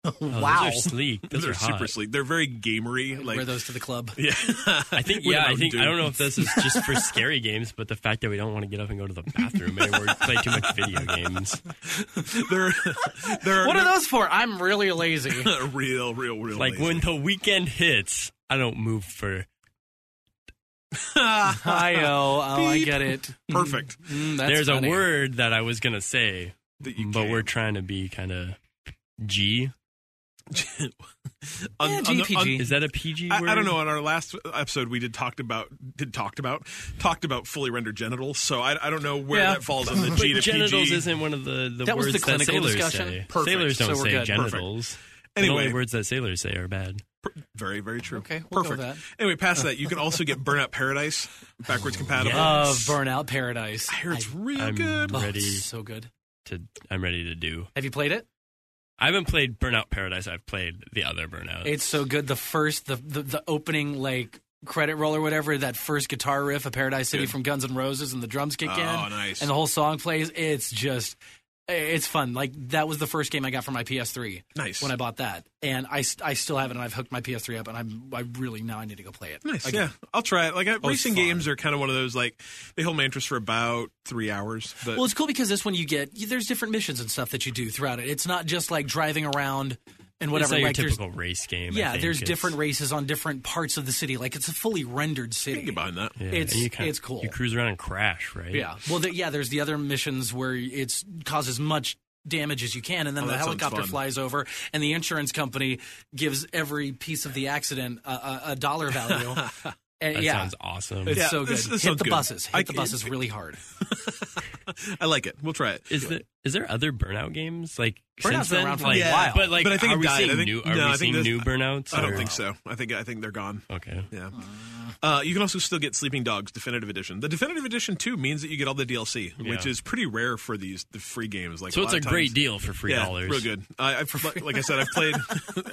Oh, wow. Those are sleek. Those they're are hot. super sleek. They're very gamery. Like Wear those to the club. Yeah, I think With yeah, I Mountain think Dew. I don't know if this is just for scary games, but the fact that we don't want to get up and go to the bathroom and we play too much video games. there, there What are those for? I'm really lazy. real, real, real. Like when the weekend hits, I don't move for I oh, I get it. Perfect. Mm, that's There's funny. a word that I was gonna say, but we're trying to be kind of G. On- on the- on- is that a PG I, word? I don't know. On our last episode, we did talked about did talked about talked about fully rendered genitals. So I, I don't know where Yeah. that falls on the But G to genitals PG. isn't one of the, the That was words the that clinical sailors discussion? say. Perfect. Sailors don't So we're say good. Perfect. genitals. the Anyway. only words that sailors say are bad. Very, very true. Okay, we'll go perfect. with Anyway, past that, you can also get Burnout Paradise backwards compatible. Love Burnout Paradise. I hear it's real Oh, I'm good. Oh, ready. it's so good. To I'm ready to do. Have you played it? I haven't played Burnout Paradise. I've played the other Burnout. It's so good. The first, the the, the opening like credit roll or whatever, that first guitar riff of Paradise City Good. from Guns N' Roses, and the drums kick Oh, in. nice. And the whole song plays. It's just, it's fun. Like that was the first game I got for my PS3. Nice. When I bought that, and I s- I still have it, and I've hooked my PS3 up, and I'm I really now I need to go play it. Nice. again. Yeah, I'll try it. Like I, Oh, racing fun. games are kind of one of those like they hold my interest for about three hours. But well, it's cool because this one you get you- there's different missions and stuff that you do throughout it. It's not just like driving around and whatever. It's not your like, there's- typical race game. I Yeah, think. there's It's- different races on different parts of the city. Like it's a fully rendered city. that. Yeah, It's and you kinda- it's cool. You cruise around and crash, right? Yeah. Well, there, yeah. There's the other missions where it's cause as much damage as you can, and then Oh, the that sounds helicopter fun. flies over, and the insurance company gives every piece of the accident a, a, a dollar value. And That yeah, sounds awesome. It's Yeah, so good. this- this hit sounds the good. buses. Hit I- the buses really hard. I like it. We'll try it. Is there is there other burnout games like Burnout's since been then? around for a like, while. but like, But I think are it we died. I seeing think- new? Are no, I we think seeing this- new burnouts? I don't or- think so. I think I think they're gone. Okay. Yeah. Uh, you can also still get Sleeping Dogs Definitive Edition. The Definitive Edition too means that you get all the DLC, Yeah. which is pretty rare for these the free games. Like So it's lot of a great times- deal for free Yeah, dollars. Real good. I, I've, like- like I said, I've played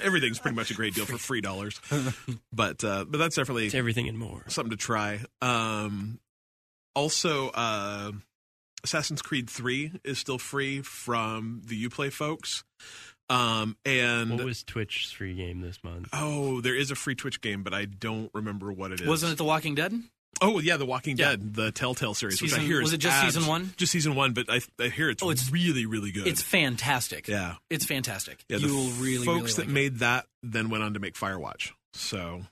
everything's pretty much a great deal for free dollars, but uh, but that's definitely everything and more something to try. Um, also, uh, Assassin's Creed Three is still free from the UPlay folks. Um, and What was Twitch's free game this month? Oh, there is a free Twitch game, but I don't remember what it is. Wasn't it The Walking Dead? Oh yeah, The Walking Dead, the Telltale series, which I Season- hear was is it just abs- season one? Oh, Just season one, but I, I hear it's, really really good. It's fantastic. yeah, It's fantastic. yeah. The You'll really, really folks that like it. made that then went on to make Firewatch. So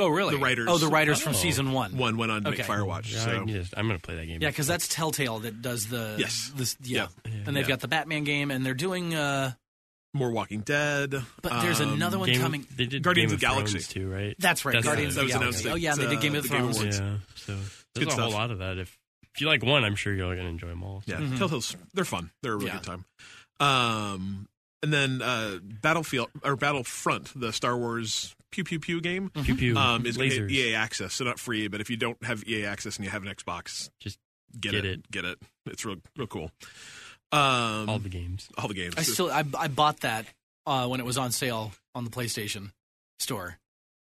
Oh, really? the writers, Oh, the writers from season one. one went on to make Okay. Firewatch. Yeah, so I just, I'm gonna play that game. Yeah, because that's Telltale that does the Yes. this- yeah. Yeah. and they've Yeah. got the Batman game, and they're doing uh, more Walking Dead. um, But there's another one Game- coming. they did Guardians Game of the of Galaxy Thrones too, right? That's right, That's Guardians the- of the that was announced Galaxy. Oh yeah, they at, did uh, Game of the Thrones. Awards. Yeah. So Good there's a whole stuff. lot of that. If if you like one, I'm sure you're gonna enjoy them all. Yeah, Mm-hmm. Mhm. Telltale's they're fun. They're a really Yeah. good time. Um, and then uh, Battlefield or Battlefront, the Star Wars pew pew pew game, Mm-hmm. Mhm. Pew, pew. um, is Lasers. EA access, so not free. But if you don't have EA access and you have an Xbox, just get, get it, get it. It's real real cool. Um, All the games. all the games. I still I, I bought that uh, when it was on sale on the PlayStation store.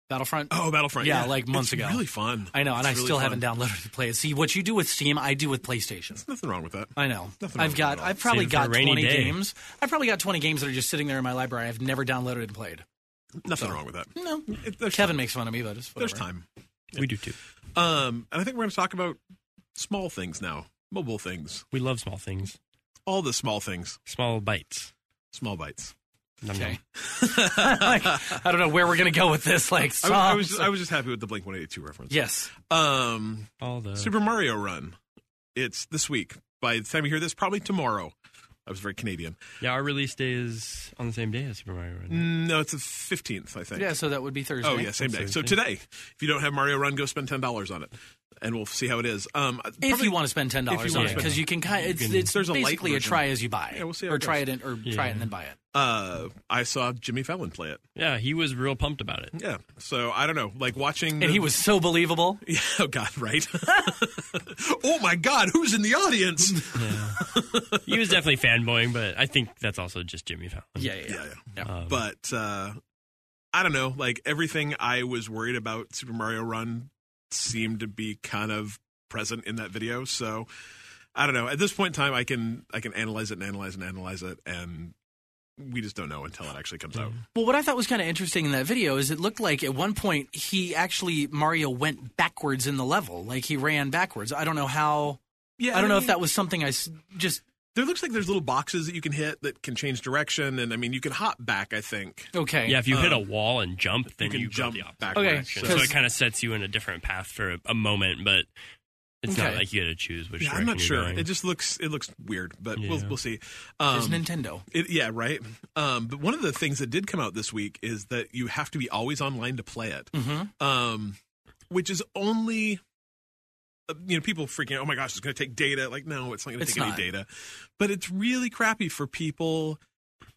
Battlefront. Oh, Battlefront. Yeah, yeah. like months It's ago. really fun. I know, and It's I really still fun. haven't downloaded it to play it. See, what you do with Steam, I do with PlayStation. There's nothing wrong with that. I know. Nothing wrong I've with got. it at all. I've probably Save it for a got rainy twenty day. games. I've probably got twenty games that are just sitting there in my library. I've never downloaded and played. Nothing wrong with that. No, Kevin makes fun of me, but it's There's whatever. time. We do too. Um, and I think we're going to talk about small things now, mobile things. We love small things. All the small things. Small bites. Small bites. Okay. Like, I don't know where we're gonna go with this. Like, I, was- I songs was or- I was just happy with the Blink One Eighty Two reference. Yes. Um, all Uh. the Super Mario Run. It's this week. By the time you hear this, probably tomorrow. I was very Canadian. Yeah, our release day is on the same day as Super Mario Run. No, it's the fifteenth, I think. Yeah, so that would be Thursday. Oh yeah, same day. So Thursday. today, if you don't have Mario Run, go spend ten dollars on it, and we'll see how it is. Um, If you want to spend ten dollars on it, because you can kind it's, it's there's a light basically a, version. try as you buy, Yeah, we'll see. How or it try goes. it in, or try it and then buy it. Uh, I saw Jimmy Fallon play it. Yeah, he was real pumped about it. Yeah. So I don't know, like watching, And he was so believable. Yeah, oh God, right? oh my God, who's in the audience? he was definitely fanboying, but I think that's also just Jimmy Fallon. Yeah, yeah, yeah. Um, but uh, I don't know. Like everything I was worried about Super Mario Run seemed to be kind of present in that video. So I don't know. At this point in time, I can I can analyze it and analyze and analyze it, and we just don't know until it actually comes out. Well, what I thought was kind of interesting in that video is it looked like at one point he actually Mario went backwards in the level, like he ran backwards. I don't know how. Yeah, I don't I know if mean- that was something I s- just There looks like there's little boxes that you can hit that can change direction, and I mean you can hop back. I think. Okay. Yeah, if you hit a Um, wall and jump, then you, can go jump the opposite back direction. direction. So 'cause- it kind of sets you in a different path for a, a moment, but it's not Okay. like you got to choose which Yeah, direction I'm not you're sure. going. It just looks it looks weird, but we'll Yeah. we'll see. Um, It's Nintendo. it- yeah, right. Um, but one of the things that did come out this week is that you have to be always online to play it, Mhm. um, which is only. uh, You know, people freaking out. Oh my gosh, it's going to take data. Like, no, it's not going to It's take not. any data. But it's really crappy for people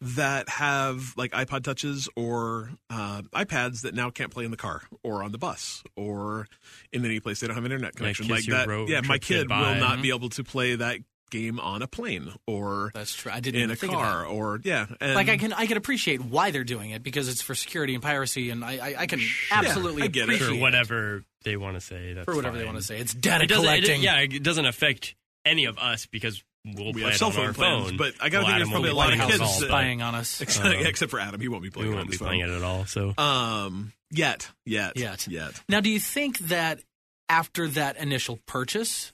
that have like iPod touches or uh, iPads that now can't play in the car or on the bus or in any place they don't have an internet connection kiss like your that. road yeah, my trip kid will goodbye. not be able to play that game on a plane or that's true. I didn't in even a think of car that. or yeah. And like I can I can appreciate why they're doing it because it's for security and piracy, and I I, I can absolutely I get it. appreciate For whatever they want to say. That's For whatever they fine. wanna say. It's data It doesn't- it- collecting. yeah, it doesn't affect any of us because we'll we play have it cell on phone our plans, phone. but I got Well, to think there's Adam probably a won't lot be playing of it kids at all, but- that- Except, Um, except for Adam, he won't be We playing. won't be playing it at all. So Um, yet, yet, Yet. yet. Now, do you think that after that initial purchase,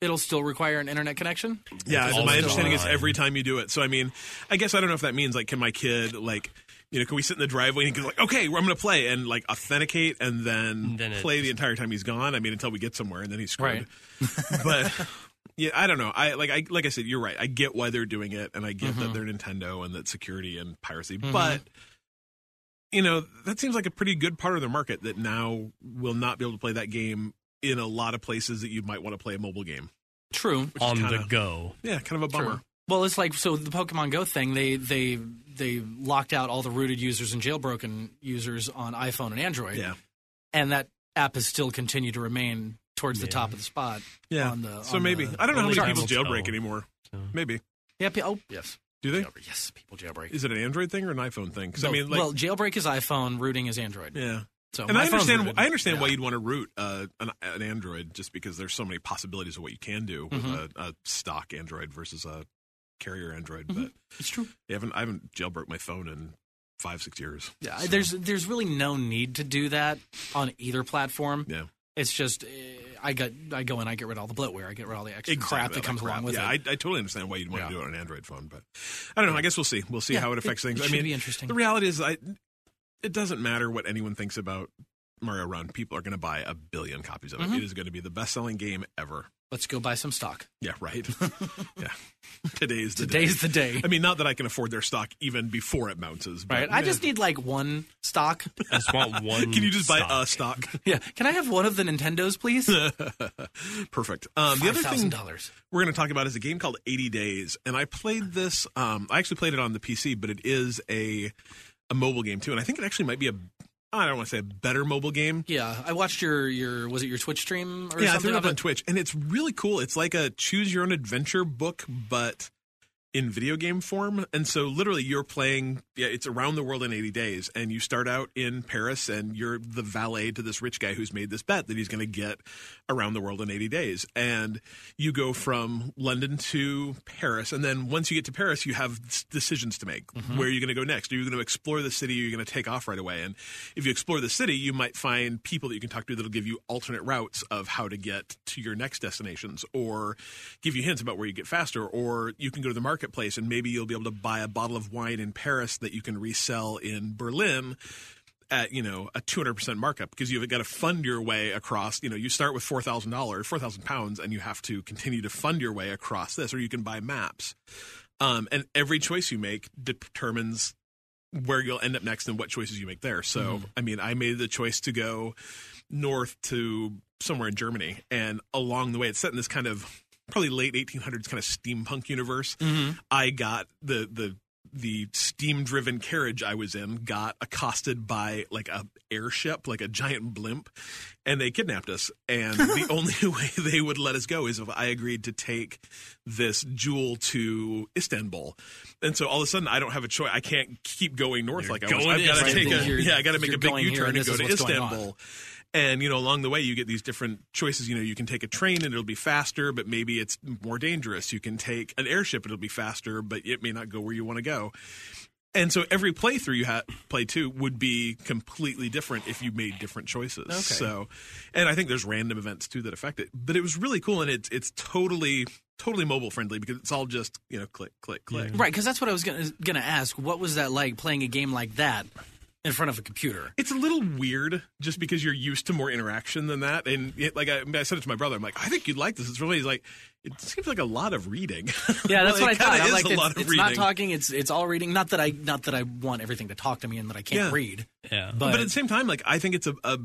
it'll still require an internet connection? Yeah, It's so my still understanding is online. every time you do it. So I mean, I guess I don't know if that means like, can my kid like, you know, can we sit in the driveway and he's like, okay, well, I'm going to play and like authenticate and then Then it play just- the entire time he's gone. I mean, until we get somewhere and then he's screwed. but yeah, I don't know. I like I like I said, you're right. I get why they're doing it, and I get that Mhm. they're Nintendo and that security and piracy, Mhm. but. You know, that seems like a pretty good part of the market that now will not be able to play that game in a lot of places that you might want to play a mobile game. True. Which is On the kinda- go. Yeah, kind of a bummer. Well, it's like so the Pokemon Go thing. They they they locked out all the rooted users and jailbroken users on iPhone and Android. Yeah. and that app has still continued to remain towards the top of the spot. Yeah. on the, so on maybe the- I don't know on how the many people charts. jailbreak anymore. Maybe. Yeah. pe- Oh, yes. Do they? yes, people jailbreak. Is it an Android thing or an iPhone thing? Because I No, mean, like, well, jailbreak is iPhone, rooting is Android. Yeah. So and my I phone's understand. rooted. I understand Yeah. why you'd want to root uh, an, an Android, just because there's so many possibilities of what you can do with Mhm. a, a stock Android versus a carrier Android. Mhm. But it's true. I haven't I haven't jailbroke my phone in five six years. Yeah, So- there's there's really no need to do that on either platform. Yeah. It's just eh, I got I go and I get rid of all the bloatware, I get rid of all the extra Exactly, crap that comes crap. along with yeah, it. I, I totally understand why you'd want Yeah. to do it on an Android phone, but I don't know. I guess we'll see. We'll see Yeah, how it affects it- things. it I should mean, be interesting. The reality is, I it doesn't matter what anyone thinks about Mario Run. People are going to buy a billion copies of Mhm. it. It is going to be the best selling game ever. Let's go buy some stock. Yeah, right. yeah, today's the Today's day. the day. I mean, not that I can afford their stock even before it bounces. But Right? I just need like one stock. I just want one. Can you just buy a stock? yeah. Um, Can I have one of the Nintendos, please? Perfect. Um, the other thing $5,000. we're going to talk about is a game called 80 Days, and I played this. Um, I actually played it on the PC, but it is a a mobile game too, and I think it actually might be a I don't want to say a better mobile game. Yeah, I watched your your was it your Twitch stream or yeah, I something? threw it up of on Twitch, and it's really cool. It's like a choose your own adventure book, but in video game form. And so, literally, you're playing. Yeah, it's around the world in 80 days, and you start out in Paris, and you're the valet to this rich guy who's made this bet that he's going to get around the world in 80 days. And you go from London to Paris, and then once you get to Paris, you have s- decisions to make. Mhm. Where are you going to go next? Are you going to explore the city? Or are you going to take off right away? And if you explore the city, you might find people that you can talk to that'll give you alternate routes of how to get to your next destinations or give you hints about where you get faster. Or you can go to the marketplace and maybe you'll be able to buy a bottle of wine in Paris that you can resell in Berlin at you know a 200% markup because you've got to fund your way across you know you start with $4000 4000 pounds and you have to continue to fund your way across this or you can buy maps um, and every choice you make determines where you'll end up next and what choices you make there so Mhm. i mean i made the choice to go north to somewhere in germany and along the way it's set in this kind of probably late 1800s kind of steampunk universe Mhm. i got the the the steam driven carriage I was in got accosted by like a airship, like a giant blimp, and they kidnapped us. And the only way they would let us go is if I agreed to take this jewel to Istanbul. And so all of a sudden I don't have a choice. I can't keep going north like I was. going I've to got to Istanbul. take a You're- yeah, I got to make you're a big going here, U turn and this and go is to what's going on. Istanbul. And you know, along the way, you get these different choices. You know, you can take a train and it'll be faster, but maybe it's more dangerous. You can take an airship; it'll be faster, but it may not go where you want to go. And so every playthrough you ha- play too would be completely different if you made different choices. Okay. So, and I think there's random events too that affect it. But it was really cool, and it's it's totally totally mobile friendly because it's all just you know click click click. Right, because that's what I was gonna gonna ask. What was that like playing a game like that in front of a computer? It's a little weird just because you're used to more interaction than that. And it, like I, I said it to my brother, I'm like, I think you'd like this. It's really he's like, it seems like a lot of reading. Yeah, that's Well, what I it thought. kinda I'm is like, a it's, lot of it's not reading. talking. It's it's all reading. Not that I not that I want everything to talk to me and that I can't Yeah. read. Yeah, but, at the same time, like I think it's a, a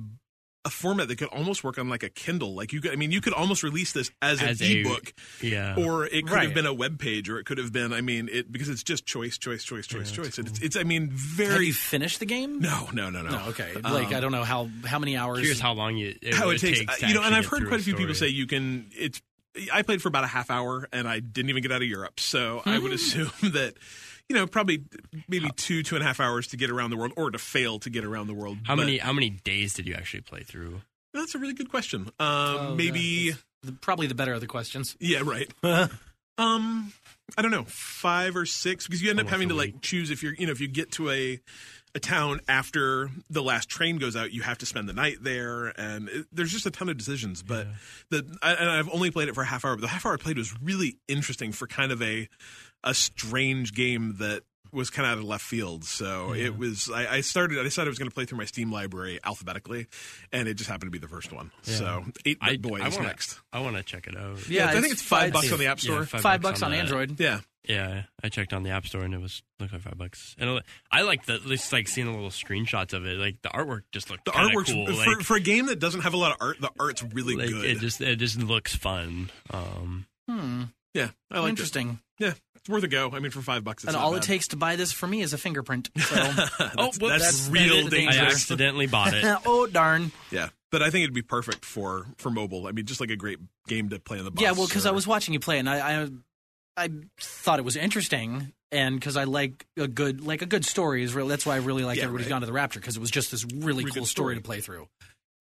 a format that could almost work on like a Kindle. Like you could, I mean, you could almost release this as, As an a- ebook, yeah. or it could Right. have been a web page, or it could have been. I mean, it because it's just choice, choice, choice, choice, choice. And it's, it's, I mean, very. Have you finished the game? No, no, no, no. No, okay. Like, I don't know how how many hours. Curious how long you, it, how it it takes, takes to you know. And actually I've get heard through quite a few people say story. you can. It's. I played for about a half hour, and I didn't even get out of Europe. So I would assume that. You know, probably maybe two, two and a half hours to get around the world, or to fail to get around the world. how But- many how many days did you actually play through? That's a really good question. Um, maybe probably the better of the questions. Yeah, right. um, I don't know, five or six, because you end Oh, up Almost having a to like choose if you're, you know, if you get to a a town after the last train goes out, you have to spend the night there, and it, there's just a ton of decisions. But the I, and I've only played it for a half hour, but the half hour I played was really interesting for kind of a a strange game that was kind of out of left field. So Yeah. it was. I, I started. I decided I was going to play through my Steam library alphabetically, and it just happened to be the first one. Yeah. So eight I- Bit boy I is wanna- next. I want to check it out. Yeah, I think it's five bucks on the App Store. Yeah, that. Yeah. Yeah, I checked on the App Store and it was looked like five bucks. And I- I like the just like seeing the little screenshots of it. Like the artwork just looked The kinda artwork's cool. for, like, for a game that doesn't have a lot of art. The art's really like, good. It just it just looks fun. Um, Hmm. Yeah, I like Interesting. Yeah, it's worth a go. I mean, for five bucks, it's and not all bad. it takes to buy this for me is a fingerprint. So. oh, That's- whoops. that's real is danger. danger. I accidentally bought it. oh darn. Yeah, but I think it'd be perfect for for mobile. I mean, just like a great game to play on the bus. yeah, well, because I or- was watching you play, and I, I, I thought it was interesting, and because I like a good like a good story is real. That's why I really like Yeah, Everybody's right. Gone to the Rapture because it was just this really Pretty cool good story story. to play through,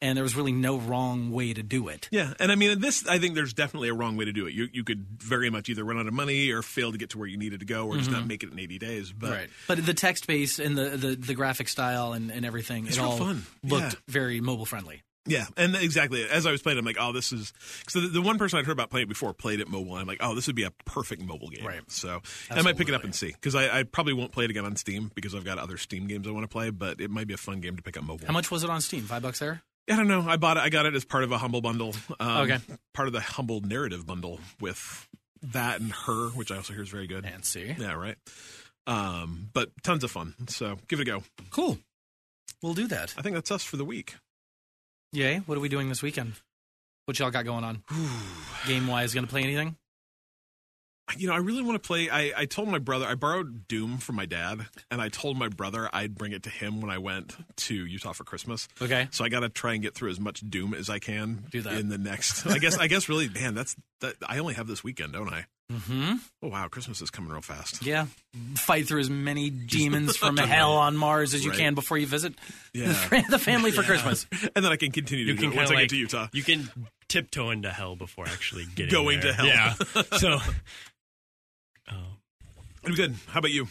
and there was really no wrong way to do it. Yeah, and I mean, this I think there's definitely a wrong way to do it. You you could very much either run out of money or fail to get to where you needed to go, or just Mhm. not make it in 80 days. But But the text base and the, the, the graphic style and, and everything, It's it real all fun. looked Yeah. very mobile friendly. Yeah, and exactly. As I was playing, I'm like, oh, this is because the, the one person I'd heard about playing it before played it mobile. And I'm like, oh, this would be a perfect mobile game. Right. So I might pick it up and see because I, I probably won't play it again on Steam because I've got other Steam games I want to play. But it might be a fun game to pick up mobile. How much was it on Steam? Five bucks there? I don't know. I bought it. I got it as part of a humble bundle. Um, Okay. Part of the humble narrative bundle with that and her, which I also hear is very good. Nancy. Yeah. Right. Um, but tons of fun. So give it a go. Cool. We'll do that. I think that's us for the week. Yay. What are we doing this weekend? What y'all got going on? Game wise, going to play anything? you know, I really want to play. I, I told my brother I borrowed Doom from my dad, and I told my brother I'd bring it to him when I went to Utah for Christmas. Okay. So I got to try and get through as much Doom as I can Do that. in the next. I guess. I guess really, man, that's that. I only have this weekend, don't I? Mm-hmm. Oh wow, Christmas is coming real fast. Yeah. Fight through as many demons from hell on Mars as you Right. can before you visit Yeah. the family for Yeah. Christmas. and then I can continue to You do can it once kinda I like- get to Utah. You can tiptoe into hell before actually getting Going there. to hell. Yeah. So I'm good. How about you?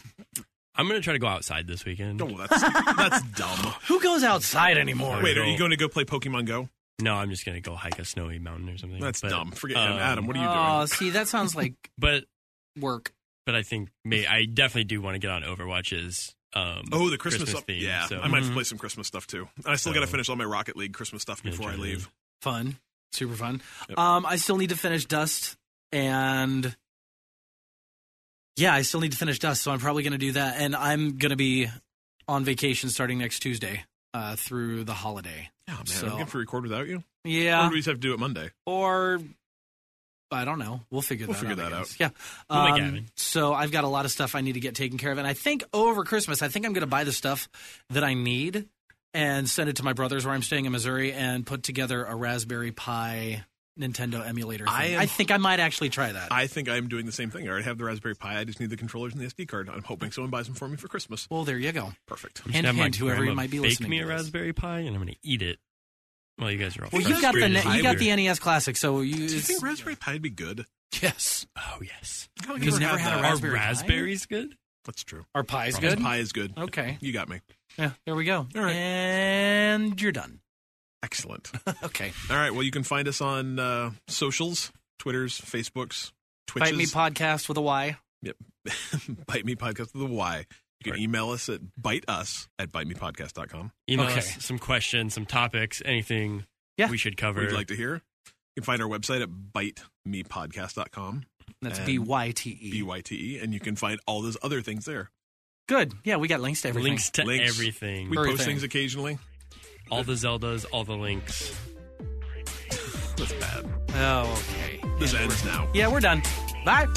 I'm gonna try to go outside this weekend. No, that's that's dumb. Who goes outside anymore? Wait, are you going to go play Pokemon Go? No, I'm just gonna go hike a snowy mountain or something. That's But, um, dumb. Forget him. Adam, what are you Oh, see, that sounds like But work. But I think may I definitely do want to get on Overwatch's. Um, Oh, the Christmas, stuff. theme. Yeah, so- I Mm-hmm. might play some Christmas stuff too. And I still So- got to finish all my Rocket League Christmas stuff before I leave. fun, super fun. Yep. Um, I still need to finish Dust, and yeah, I still need to finish Dust, so I'm probably going to do that. And I'm going to be on vacation starting next Tuesday uh, through the holiday. Oh man, So- I'm going to record without you. Yeah. or do we just have to do it Monday? Or I don't know. We'll figure We'll that figure out. I that guess. out. Yeah. We'll make it Um, happen. so I've got a lot of stuff I need to get taken care of, and I think over Christmas I think I'm going to buy the stuff that I need and send it to my brother's where I'm staying in Missouri and put together a Raspberry Pi Nintendo emulator. Thing. I I, am- think I might actually try that. I think I'm doing the same thing. I already have the Raspberry Pi. I just need the controllers and the SD card. I'm hoping someone buys them for me for Christmas. Well, there you go. Perfect. I'm just gonna have my hint, whoever grandma might be bake listening me to a this. Raspberry Pi, and I'm going to eat it. Well, you guys are all. well, you got the frustrated. you got the NES Classic, so you. Do you it's- think Raspberry Pi would be good? yes. Oh yes. I don't think He's I've never had had a that. Raspberry Pi? Are raspberries good? That's true. Are pies Probably. good? Pi is good. Okay. You got me. Yeah. There we go. All right. And you're done. Excellent. Okay. All right. Well, you can find us on uh, socials, Twitters, Facebooks, Twitches. Bite Me Podcast with a Y. Yep. Bite Me Podcast with a Y. You can email us at biteus at bitemepodcast.com. Email us some questions, some topics, anything Yeah. we should cover. We'd like to hear. You can find our website at bitemepodcast.com. That's And- B-Y-T-E. E. B-Y-T-E. And you can find all those other things there. Good. Yeah, we got links to everything. Links to Links. everything. We post things occasionally. All the Zeldas, all the links. That's bad. Oh, okay. This ends now. Yeah, we're done. Bye.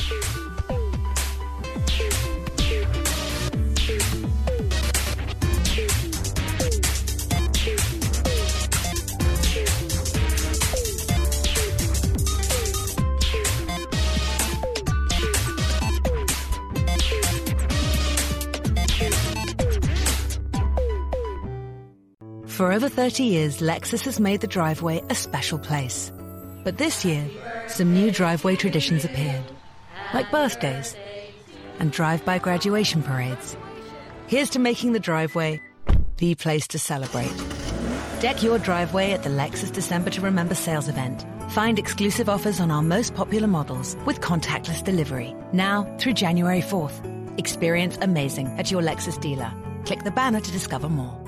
For over 30 years, Lexus has made the driveway a special place. But this year, some new driveway traditions appeared, like birthdays and drive by graduation parades. Here's to making the driveway the place to celebrate. Deck your driveway at the Lexus December to Remember sales event. Find exclusive offers on our most popular models with contactless delivery now through January 4th. Experience amazing at your Lexus dealer. Click the banner to discover more.